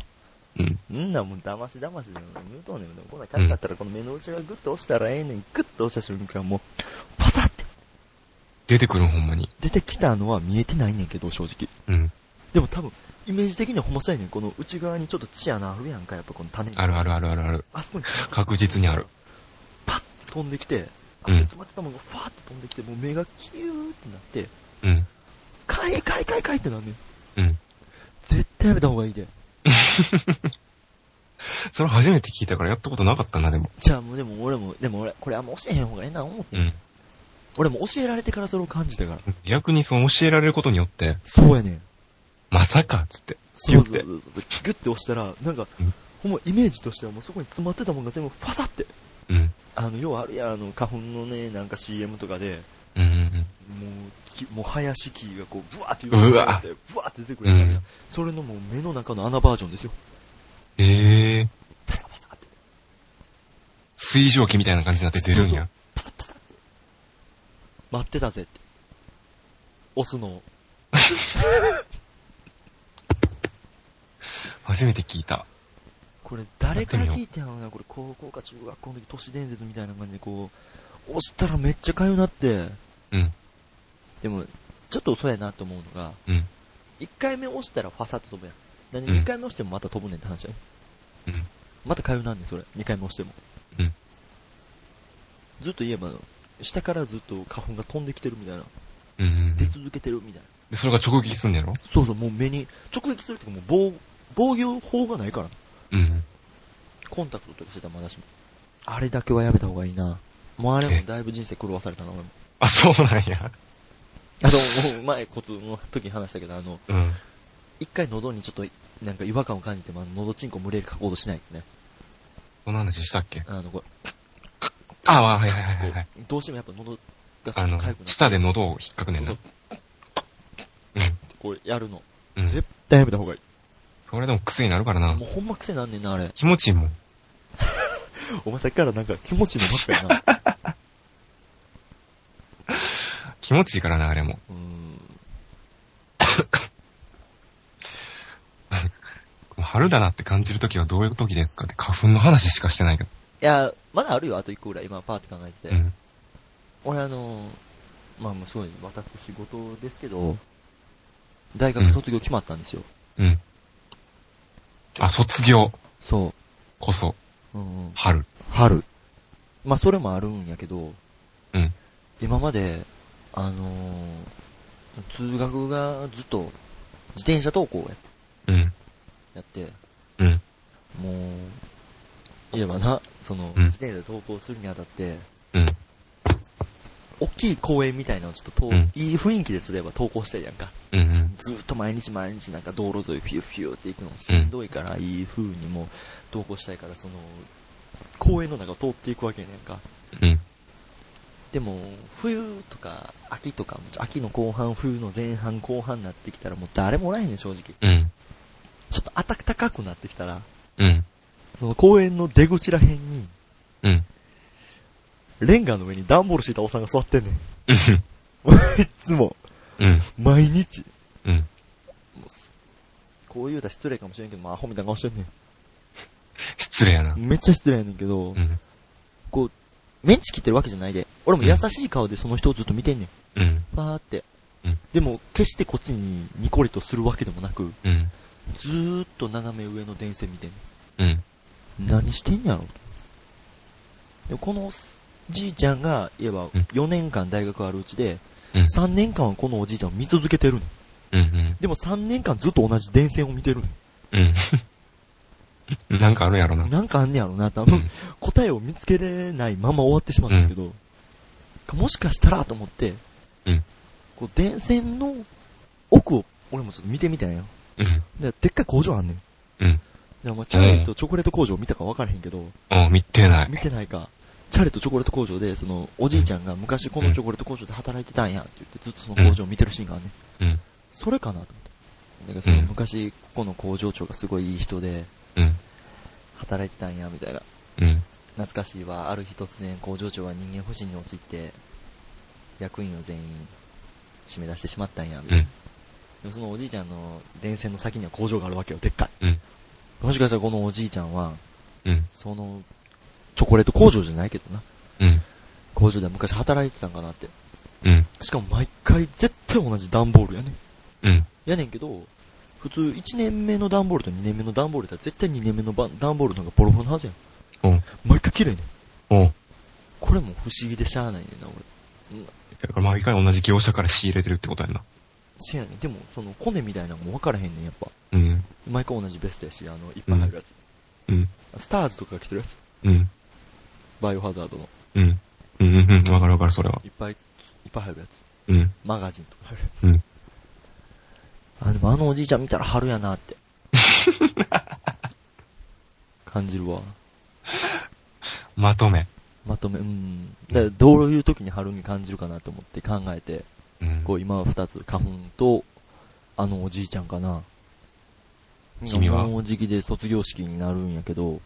Speaker 1: うん。
Speaker 2: んなもん、騙し騙しで、言うとんねん。でも、こんなんかんかったら、この目の内がグッと押したらええねん。グッと押した瞬間、もう、バサって。
Speaker 1: 出てくるほんまに。
Speaker 2: 出てきたのは見えてないねんけど、正直。
Speaker 1: うん。
Speaker 2: でも多分、イメージ的にはほんまそうやねん。この内側にちょっと血穴あるやんか、やっぱこの種に
Speaker 1: あるあるあるあるある。
Speaker 2: あそこに。
Speaker 1: 確実にある。
Speaker 2: パッて飛んできて、あ、
Speaker 1: うん
Speaker 2: 詰まってたものがファーって飛んできて、もう目がキューってなって、
Speaker 1: うん。
Speaker 2: かいかいかいかいってなんねん。
Speaker 1: うん。
Speaker 2: 絶対やめた方がいいで。
Speaker 1: それ初めて聞いたからやったことなかったな、でも。
Speaker 2: じゃあもうでも俺も、でも俺、これあんま教えへん方がええな思って。
Speaker 1: うん。
Speaker 2: 俺も教えられてからそれを感じたから。
Speaker 1: 逆にその教えられることによって、
Speaker 2: そうやねん。
Speaker 1: まさかっつって。
Speaker 2: そうそ
Speaker 1: ギュ
Speaker 2: う
Speaker 1: ッ
Speaker 2: そうそう。ギュッて押したら、なんか
Speaker 1: うん、
Speaker 2: ほんまイメージとしてはもうそこに詰まってたものが全部ファサって。
Speaker 1: うん。
Speaker 2: あの、要はあるやん、あの、花粉のね、なんか CM とかで、
Speaker 1: うんうん
Speaker 2: もう、きもう林木がこう、ブワーって
Speaker 1: うわ
Speaker 2: って、ブワーって出てく
Speaker 1: う
Speaker 2: る
Speaker 1: ん。う
Speaker 2: やん
Speaker 1: ん。
Speaker 2: それのもう目の中の穴バージョンですよ。
Speaker 1: ええー。
Speaker 2: パサパサって。
Speaker 1: 水蒸気みたいな感じになって出るんや。
Speaker 2: パサパサって。待ってたぜって。押すのを。
Speaker 1: 初めて聞いた。
Speaker 2: これ誰から聞いてんのな、これ高校か中学校の時都市伝説みたいな感じでこう、押したらめっちゃかゆなって。
Speaker 1: うん。
Speaker 2: でも、ちょっと嘘やなと思うのが、
Speaker 1: うん。
Speaker 2: 1回目押したらファサって飛ぶやん。何
Speaker 1: うん
Speaker 2: 2回目押してもまた飛ぶねんって話やね、
Speaker 1: うん。
Speaker 2: またかゆなんねん、それ。2回目押しても。
Speaker 1: うん。
Speaker 2: ずっと言えば、下からずっと花粉が飛んできてるみたいな。
Speaker 1: うんうんうん。
Speaker 2: 出続けてるみたいな。
Speaker 1: で、それが直撃すんねやろ
Speaker 2: そうそう、もう目に、直撃するっていうかもう防、防御法がないから。
Speaker 1: うん。
Speaker 2: コンタクトとかしてたらまだしも。あれだけはやめた方がいいな。もうあれ
Speaker 1: え
Speaker 2: もだいぶ人生狂わされたな、俺も。
Speaker 1: あ、そうなんや。
Speaker 2: あの、もう前、コツの時に話したけど、あの、
Speaker 1: うん。
Speaker 2: 一回喉にちょっと、なんか違和感を感じても、あの喉チンコ無理やり書こうとしないね。
Speaker 1: そんな話したっけ
Speaker 2: あの、これ、
Speaker 1: ああ、はいはいはいはい。
Speaker 2: どうしてもやっぱ喉がちょっと
Speaker 1: あの
Speaker 2: 痒く、なって、
Speaker 1: 舌で喉を引っかくねんな。
Speaker 2: そうこれやるの。
Speaker 1: うん。うん。
Speaker 2: 絶対やめた方がいい。
Speaker 1: それでも癖になるからな
Speaker 2: も。うほんま癖なんねんな、あれ。
Speaker 1: 気持ちいいもん。
Speaker 2: お前さっきからなんか気持ちいいのばっかやな。
Speaker 1: 気持ちいいからな、あれも。
Speaker 2: うーん。
Speaker 1: 春だなって感じるときはどういうときですかって花粉の話しかしてないけど。
Speaker 2: いや、まだあるよ、あと一個ぐらい。今、パーって考えてて。
Speaker 1: うん。
Speaker 2: 俺あのー、まあもうすごい、私事ですけど、大学卒業決まったんですよ。
Speaker 1: うん。あ、卒業
Speaker 2: そ
Speaker 1: こそ、
Speaker 2: う。うんうん。
Speaker 1: 春。
Speaker 2: 春。まあそれもあるんやけど、
Speaker 1: うん。
Speaker 2: 今まで、あのー、通学がずっと、自転車登校や
Speaker 1: うん。
Speaker 2: やって、
Speaker 1: うん。
Speaker 2: もう、いえばな、その、
Speaker 1: うん
Speaker 2: 自転車で登校するにあたって、
Speaker 1: うん。
Speaker 2: 大きい公園みたいなのをちょっと、
Speaker 1: うん
Speaker 2: いい雰囲気で例えば登校したりやんか。
Speaker 1: うんうん。
Speaker 2: ずーっと毎日毎日なんか道路沿いフィューフィューって行くのもしんどいから、いい風にもう投稿したいから、その、公園の中を通っていくわけやねんか。
Speaker 1: うん。
Speaker 2: でも、冬とか秋とか、秋の後半、冬の前半、後半になってきたらもう誰もおらへんねん、正直。ち
Speaker 1: うん。
Speaker 2: ょっと暖かくなってきたら、
Speaker 1: うん。
Speaker 2: その公園の出口らへんに、
Speaker 1: うん。
Speaker 2: レンガの上に段ボール敷いたおっさんが座ってん ねん。
Speaker 1: うん。
Speaker 2: いつも、
Speaker 1: うん。
Speaker 2: 毎日。
Speaker 1: うん。
Speaker 2: もうすこう言うたら失礼かもしれんけど、まあアホみたいな顔してんね
Speaker 1: 失礼やな。
Speaker 2: ん。めっちゃ失礼やねんけど、
Speaker 1: うん。
Speaker 2: こう、メンチ切ってるわけじゃないで。俺も優しい顔でその人をずっと見てんねん。
Speaker 1: うん、
Speaker 2: ファーって
Speaker 1: うん。
Speaker 2: でも、決してこっちにニコリとするわけでもなく、
Speaker 1: うん、
Speaker 2: ずーっと斜め上の電線見てんねん
Speaker 1: うん、
Speaker 2: 何してんやろでもこのじいちゃんが、言えば
Speaker 1: うん
Speaker 2: 4年間大学あるうちで、
Speaker 1: うん
Speaker 2: 3年間はこのおじいちゃんを見続けてるの。
Speaker 1: うん、
Speaker 2: でも3年間ずっと同じ電線を見てる
Speaker 1: うん。なんかあるやろな
Speaker 2: の。。なんかあんねやろな、多
Speaker 1: う
Speaker 2: 分、
Speaker 1: ん、
Speaker 2: 答えを見つけれないまま終わってしまったんだけど、もしかしたらと思って、
Speaker 1: うん
Speaker 2: こう電線の奥を俺もちょっと見てみたんや。
Speaker 1: うん、
Speaker 2: ででっかい工場あんねん。
Speaker 1: うん。
Speaker 2: でお前チャレとチョコレート工場見たか分からへんけど、
Speaker 1: うん、見てな
Speaker 2: 見
Speaker 1: い。
Speaker 2: てないか。チャレットチョコレート工場で、その、おじいちゃんが昔このチョコレート工場で働いてたんやって言って、ずっとその工場を見てるシーンがあんね、
Speaker 1: うん、
Speaker 2: それかなと思って。だからその
Speaker 1: うん
Speaker 2: 昔、ここの工場長がすごいいい人で、
Speaker 1: うん、
Speaker 2: 働いてたんや、みたいな。
Speaker 1: うん、
Speaker 2: 懐かしいわ。ある日突然、工場長は人間不信に陥って、役員を全員、締め出してしまったんや、みた
Speaker 1: う
Speaker 2: いな。
Speaker 1: ん、
Speaker 2: でもそのおじいちゃんの電線の先には工場があるわけよ、でっかい。
Speaker 1: うん
Speaker 2: もしかしたらこのおじいちゃんは、
Speaker 1: うん、
Speaker 2: その、チョコレート工場じゃないけどな。
Speaker 1: うん、
Speaker 2: 工場で昔働いてたんかなって。
Speaker 1: うん、
Speaker 2: しかも毎回絶対同じ段ボールやねん。
Speaker 1: うん、
Speaker 2: やねんけど、普通1年目の段ボールと2年目の段ボールだったら絶対2年目のば段ボールの方がボロボロなはずやん。
Speaker 1: うん。
Speaker 2: 毎回綺麗ねん。
Speaker 1: おう。
Speaker 2: これも不思議でしゃあないねんな、俺。
Speaker 1: だから毎回同じ業者から仕入れてるってことやな。
Speaker 2: せやねん。でも、そのコネみたいなのも分からへんねん、やっぱ。
Speaker 1: うん、
Speaker 2: 毎回同じベストやし、あの、いっぱい入るやつ。
Speaker 1: うん、
Speaker 2: スターズとかが着てるやつ。
Speaker 1: うん、
Speaker 2: バイオハザードの。
Speaker 1: うん、うん、うん、うんわかるわかる、それは。
Speaker 2: いっぱい、いっぱい入るやつ。
Speaker 1: うん、
Speaker 2: マガジンとか入るやつ。
Speaker 1: うん。
Speaker 2: あ、でもあのおじいちゃん見たら春やな って。感じるわ。
Speaker 1: まとめ。
Speaker 2: まとめ、うん。だからどういう時に春に感じるかなと思って考えて、
Speaker 1: うん。
Speaker 2: こう今は二つ、花粉と、あのおじいちゃんかな。
Speaker 1: 君は
Speaker 2: もうじきで卒業式になるんやけど、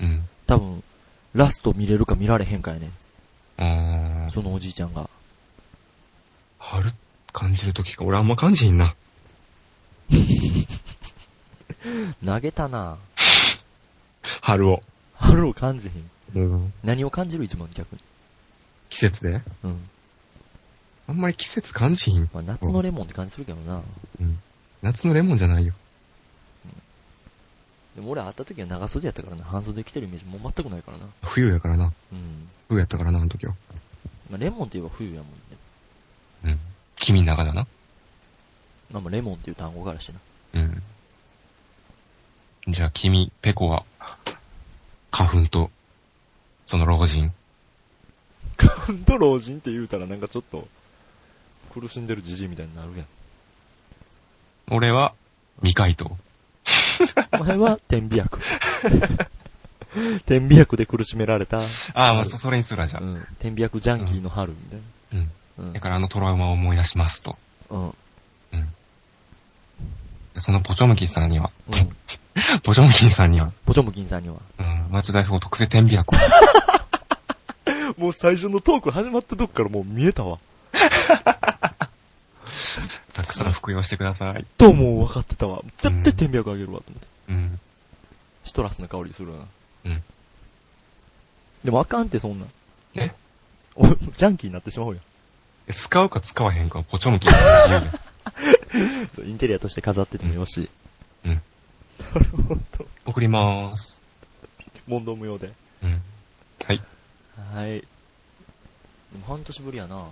Speaker 1: うん。
Speaker 2: 多分、ラスト見れるか見られへんかやね
Speaker 1: うーん。
Speaker 2: そのおじいちゃんが。
Speaker 1: 春感じるときか。俺あんま感じひんな。
Speaker 2: 投げたな
Speaker 1: 春を。
Speaker 2: 春を感じひん。
Speaker 1: うん。
Speaker 2: 何を感じる一番逆に。
Speaker 1: 季節で
Speaker 2: うん。
Speaker 1: あんまり季節感じひん。
Speaker 2: まあ、夏のレモンって感じするけどな。
Speaker 1: 夏のレモンじゃないよ。
Speaker 2: でも俺会った時は長袖やったからな、半袖着てるイメージもう全くないからな。
Speaker 1: 冬やからな。
Speaker 2: うん。
Speaker 1: 冬やったからな、あの時は。
Speaker 2: まあ、レモンって言えば冬やもんね。
Speaker 1: うん。君の中だな。
Speaker 2: まあまあレモンっていう単語からしてな。
Speaker 1: うん。じゃあ君、ペコは、花粉と、その老人。
Speaker 2: カント老人って言うたらなんかちょっと、苦しんでるじじいみたいになるや
Speaker 1: 俺は、未回答。
Speaker 2: ん。お前は、天秤薬。 天秤薬で苦しめられた、
Speaker 1: ああ、まあ、そそれにすらじゃ。
Speaker 2: うんん、天秤薬ジャンキーの春みたい
Speaker 1: うん。
Speaker 2: な。
Speaker 1: だからあのトラウマを思い出しますと。
Speaker 2: うん。うん。
Speaker 1: そのポチョムキンさんには、
Speaker 2: うん。
Speaker 1: ポチョムキンさんには、
Speaker 2: ポチョムキンさんには。
Speaker 1: うん、町代表特製天秤薬を。
Speaker 2: もう最初のトーク始まったとこからもう見えたわ。
Speaker 1: たくさん服用してください。
Speaker 2: ともう分かってたわ。絶対天秤薬あげるわ、と思って。
Speaker 1: うん。
Speaker 2: シトラスの香りするな。
Speaker 1: うん。
Speaker 2: でもあかんって、そんなん。
Speaker 1: え
Speaker 2: おジャンキーになってしまうや
Speaker 1: 使うか使わへんかはポチョムキンの自由です。
Speaker 2: ん。インテリアとして飾っててもよし。
Speaker 1: うんうん
Speaker 2: なるほど。
Speaker 1: 送りまーす。
Speaker 2: 問答無用で。
Speaker 1: うん。はい。
Speaker 2: はい。でも半年ぶりやな。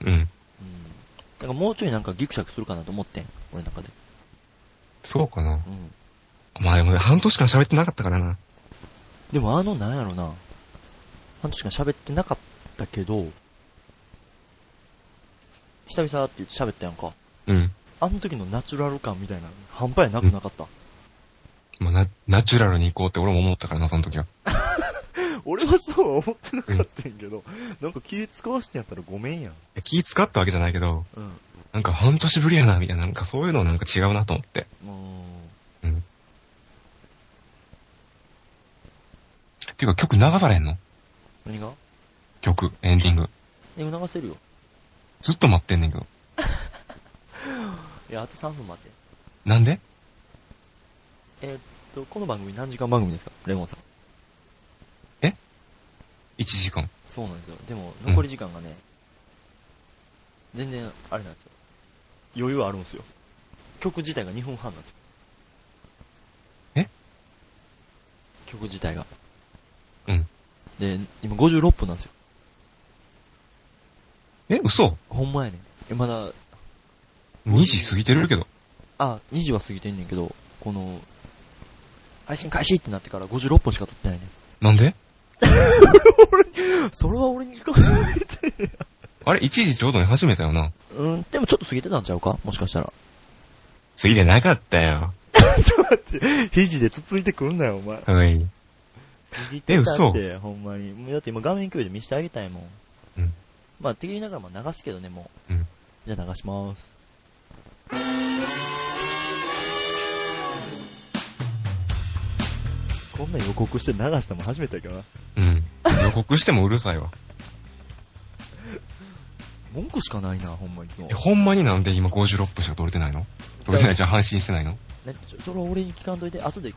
Speaker 2: うん。
Speaker 1: うん。
Speaker 2: なんかもうちょいなんかギクシャクするかなと思ってん。俺の中で。
Speaker 1: そうかな。
Speaker 2: うん。
Speaker 1: まあでもね、半年間喋ってなかったからな。
Speaker 2: でもあの、なんやろな。半年間喋ってなかったけど、久々って言って喋ったやんか。
Speaker 1: うん。
Speaker 2: あの時のナチュラル感みたいな、半端やなくなかった。
Speaker 1: まあ、な、ナチュラルに行こうって俺も思ったからな、その時は。
Speaker 2: 俺はそうは思ってなかったんやけど、なんか気使わしてんやったらごめんやん。
Speaker 1: いや気使ったわけじゃないけど、
Speaker 2: うん。
Speaker 1: なんか半年ぶりやな、みたいな、なんかそういうのなんか違うなと思って。うん。ていうか曲流されへんの
Speaker 2: 何が
Speaker 1: 曲、エンディング。
Speaker 2: え、促せるよ。
Speaker 1: ずっと待ってんねんけど。
Speaker 2: いや、あと3分待って。
Speaker 1: なんで
Speaker 2: えーっと、この番組何時間番組ですかレモンさん。
Speaker 1: え1時間。
Speaker 2: そうなんですよ。でも、残り時間がね、全然、あれなんですよ。余裕あるんですよ。曲自体が2分半なんですよ。
Speaker 1: え
Speaker 2: 曲自体が。
Speaker 1: うん。
Speaker 2: で、今56分なんですよ。
Speaker 1: え、嘘
Speaker 2: ほんまやねん。え、まだ、
Speaker 1: ?2 時過ぎてるけど。
Speaker 2: あ、2時は過ぎてんねんけど、この、配信開始ってなってから56分しか撮ってないね
Speaker 1: なんで
Speaker 2: ん。 それは俺に聞かない。
Speaker 1: あれ ?1 時ちょうどに始めたよな。
Speaker 2: うん、でもちょっと過ぎてたんちゃうかもしかしたら。
Speaker 1: 過ぎてなかったよ。
Speaker 2: ちょっと待って、肘でつついてくんなよ、お前。
Speaker 1: はい。
Speaker 2: 過ぎ
Speaker 1: え
Speaker 2: てた
Speaker 1: 嘘
Speaker 2: って、ほんまに。もうだって今画面共有で見せてあげたいもん。
Speaker 1: うん。
Speaker 2: まあ、って言いながらも流すけどね、もう。
Speaker 1: うん。
Speaker 2: じゃあ流します。こんな予告して流したもん初めてやけどな。
Speaker 1: うん。予告してもうるさいわ。
Speaker 2: 文句しかないな、ほんまに今
Speaker 1: え、。ほんまになんで今56分しか撮れてないの撮れてないじゃん、配信してないの
Speaker 2: ねちょそれは俺に聞かんといて、後で、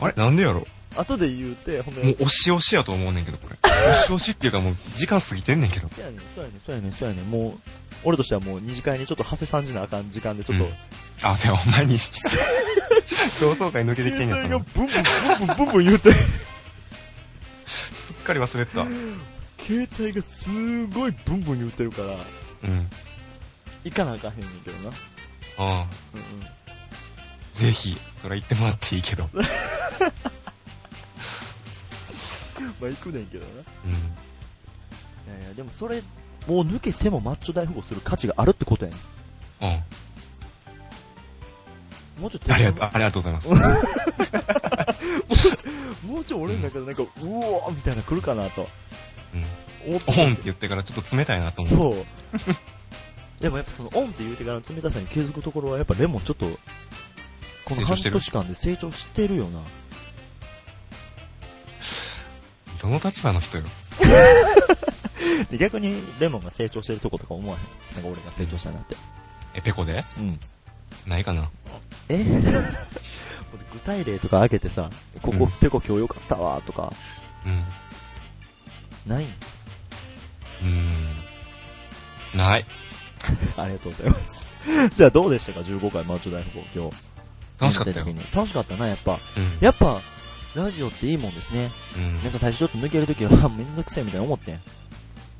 Speaker 1: あれなんでやろ
Speaker 2: 後で言うて、ほん
Speaker 1: もう
Speaker 2: で、
Speaker 1: 押し押しやと思うねんけど、これ。押し押しっていうかもう時間過ぎてんねんけど。
Speaker 2: そうやねん、そうやねん、そうやねん、そうやねん、もう、俺としてはもう二次会にちょっと長谷さんじなあかん時間でちょっと、
Speaker 1: うんあ、せや、お 前に。同窓会抜けてきてんやった
Speaker 2: が
Speaker 1: な。
Speaker 2: ブンブンブンブンブンブン言うて、
Speaker 1: すっかり忘れてた。う
Speaker 2: 携帯がすごいブンブン言うてるから、
Speaker 1: ん。
Speaker 2: 行かなあかんへんねんけどな。
Speaker 1: ああ、
Speaker 2: うんうん。
Speaker 1: ぜひ、それ言ってもらっていいけど。うん。
Speaker 2: まあ行くねんけどな。いやいや、でもそれ、もう抜けてもマッチョ大富豪する価値があるってことやね
Speaker 1: うん。
Speaker 2: ん。もうちょっと
Speaker 1: ありがとう、ありがとうございます。
Speaker 2: もうちょい俺の中でなんか、うおーみたいな来るかなと。
Speaker 1: うん。
Speaker 2: 思って
Speaker 1: オンって言ってからちょっと冷たいなと思う。
Speaker 2: そう。でもやっぱそのオンって言うてからの冷たさに気づくところはやっぱレモンちょっと、こ
Speaker 1: 成
Speaker 2: の
Speaker 1: 長
Speaker 2: 半
Speaker 1: してる
Speaker 2: 年間で成長してるよな。
Speaker 1: どの立場の人よ。
Speaker 2: で逆にレモンが成長してるとことか思わへん。なんか俺が成長したなって。
Speaker 1: え、ペコで
Speaker 2: うん。
Speaker 1: ないかな。
Speaker 2: え具体例とか挙げてさ、こ
Speaker 1: う
Speaker 2: こ
Speaker 1: ん
Speaker 2: ペコ今日良かったわとか、
Speaker 1: うん。う
Speaker 2: ないん
Speaker 1: ーん。ない。
Speaker 2: ありがとうございます。じゃあどうでしたか ?15 回マッチョ大富豪今日。
Speaker 1: 楽しかったよ。
Speaker 2: 全体的に楽しかったな、やっぱ。
Speaker 1: うん。
Speaker 2: やっぱ、ラジオっていいもんですね。
Speaker 1: うん
Speaker 2: なんか最初ちょっと抜けるときは、めんどくせえみたいに思ってん。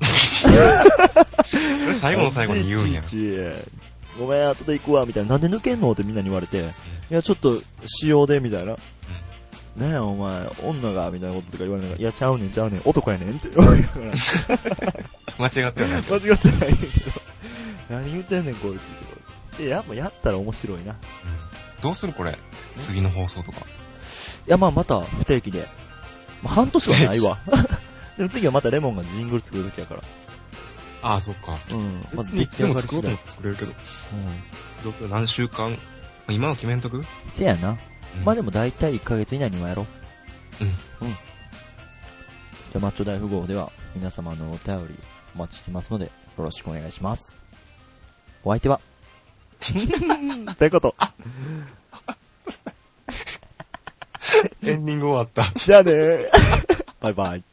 Speaker 1: それ最後の最後に言うんや
Speaker 2: い
Speaker 1: ろ。
Speaker 2: ちいちごめん、後で行くわ、みたいな。なんで抜けんのってみんなに言われて。いや、ちょっと、仕様で、みたいな。ねえ、お前、女が、みたいなこととか言われながら、いや、ちゃうねん、ちゃうねん、男やねんって言われながら、
Speaker 1: 間違ってはない。
Speaker 2: 間違ってないんだけど、何言ってんねん、こいつ。で、やっぱやったら面白いな。い
Speaker 1: うんどうするこれ。次の放送とか。
Speaker 2: や、まあまた、不定期で。まあ、半年はないわ。 でも次はまたレモンがジングル作る時やから。
Speaker 1: ああ、そっか。
Speaker 2: うん。ま
Speaker 1: 別にいつでも作ろうと
Speaker 2: う
Speaker 1: 思
Speaker 2: ん
Speaker 1: っ。て作れるけど。どうする何週間今の決めんとく
Speaker 2: せやな。
Speaker 1: うん
Speaker 2: まあでも大体1ヶ月以内にはやろう。うん。うん。じゃあ、マッチョ大富豪では皆様のお便りお待ちしてますので、よろしくお願いします。お相手はということ。
Speaker 1: エンディング終わった。
Speaker 2: じゃあねー。バイバイ。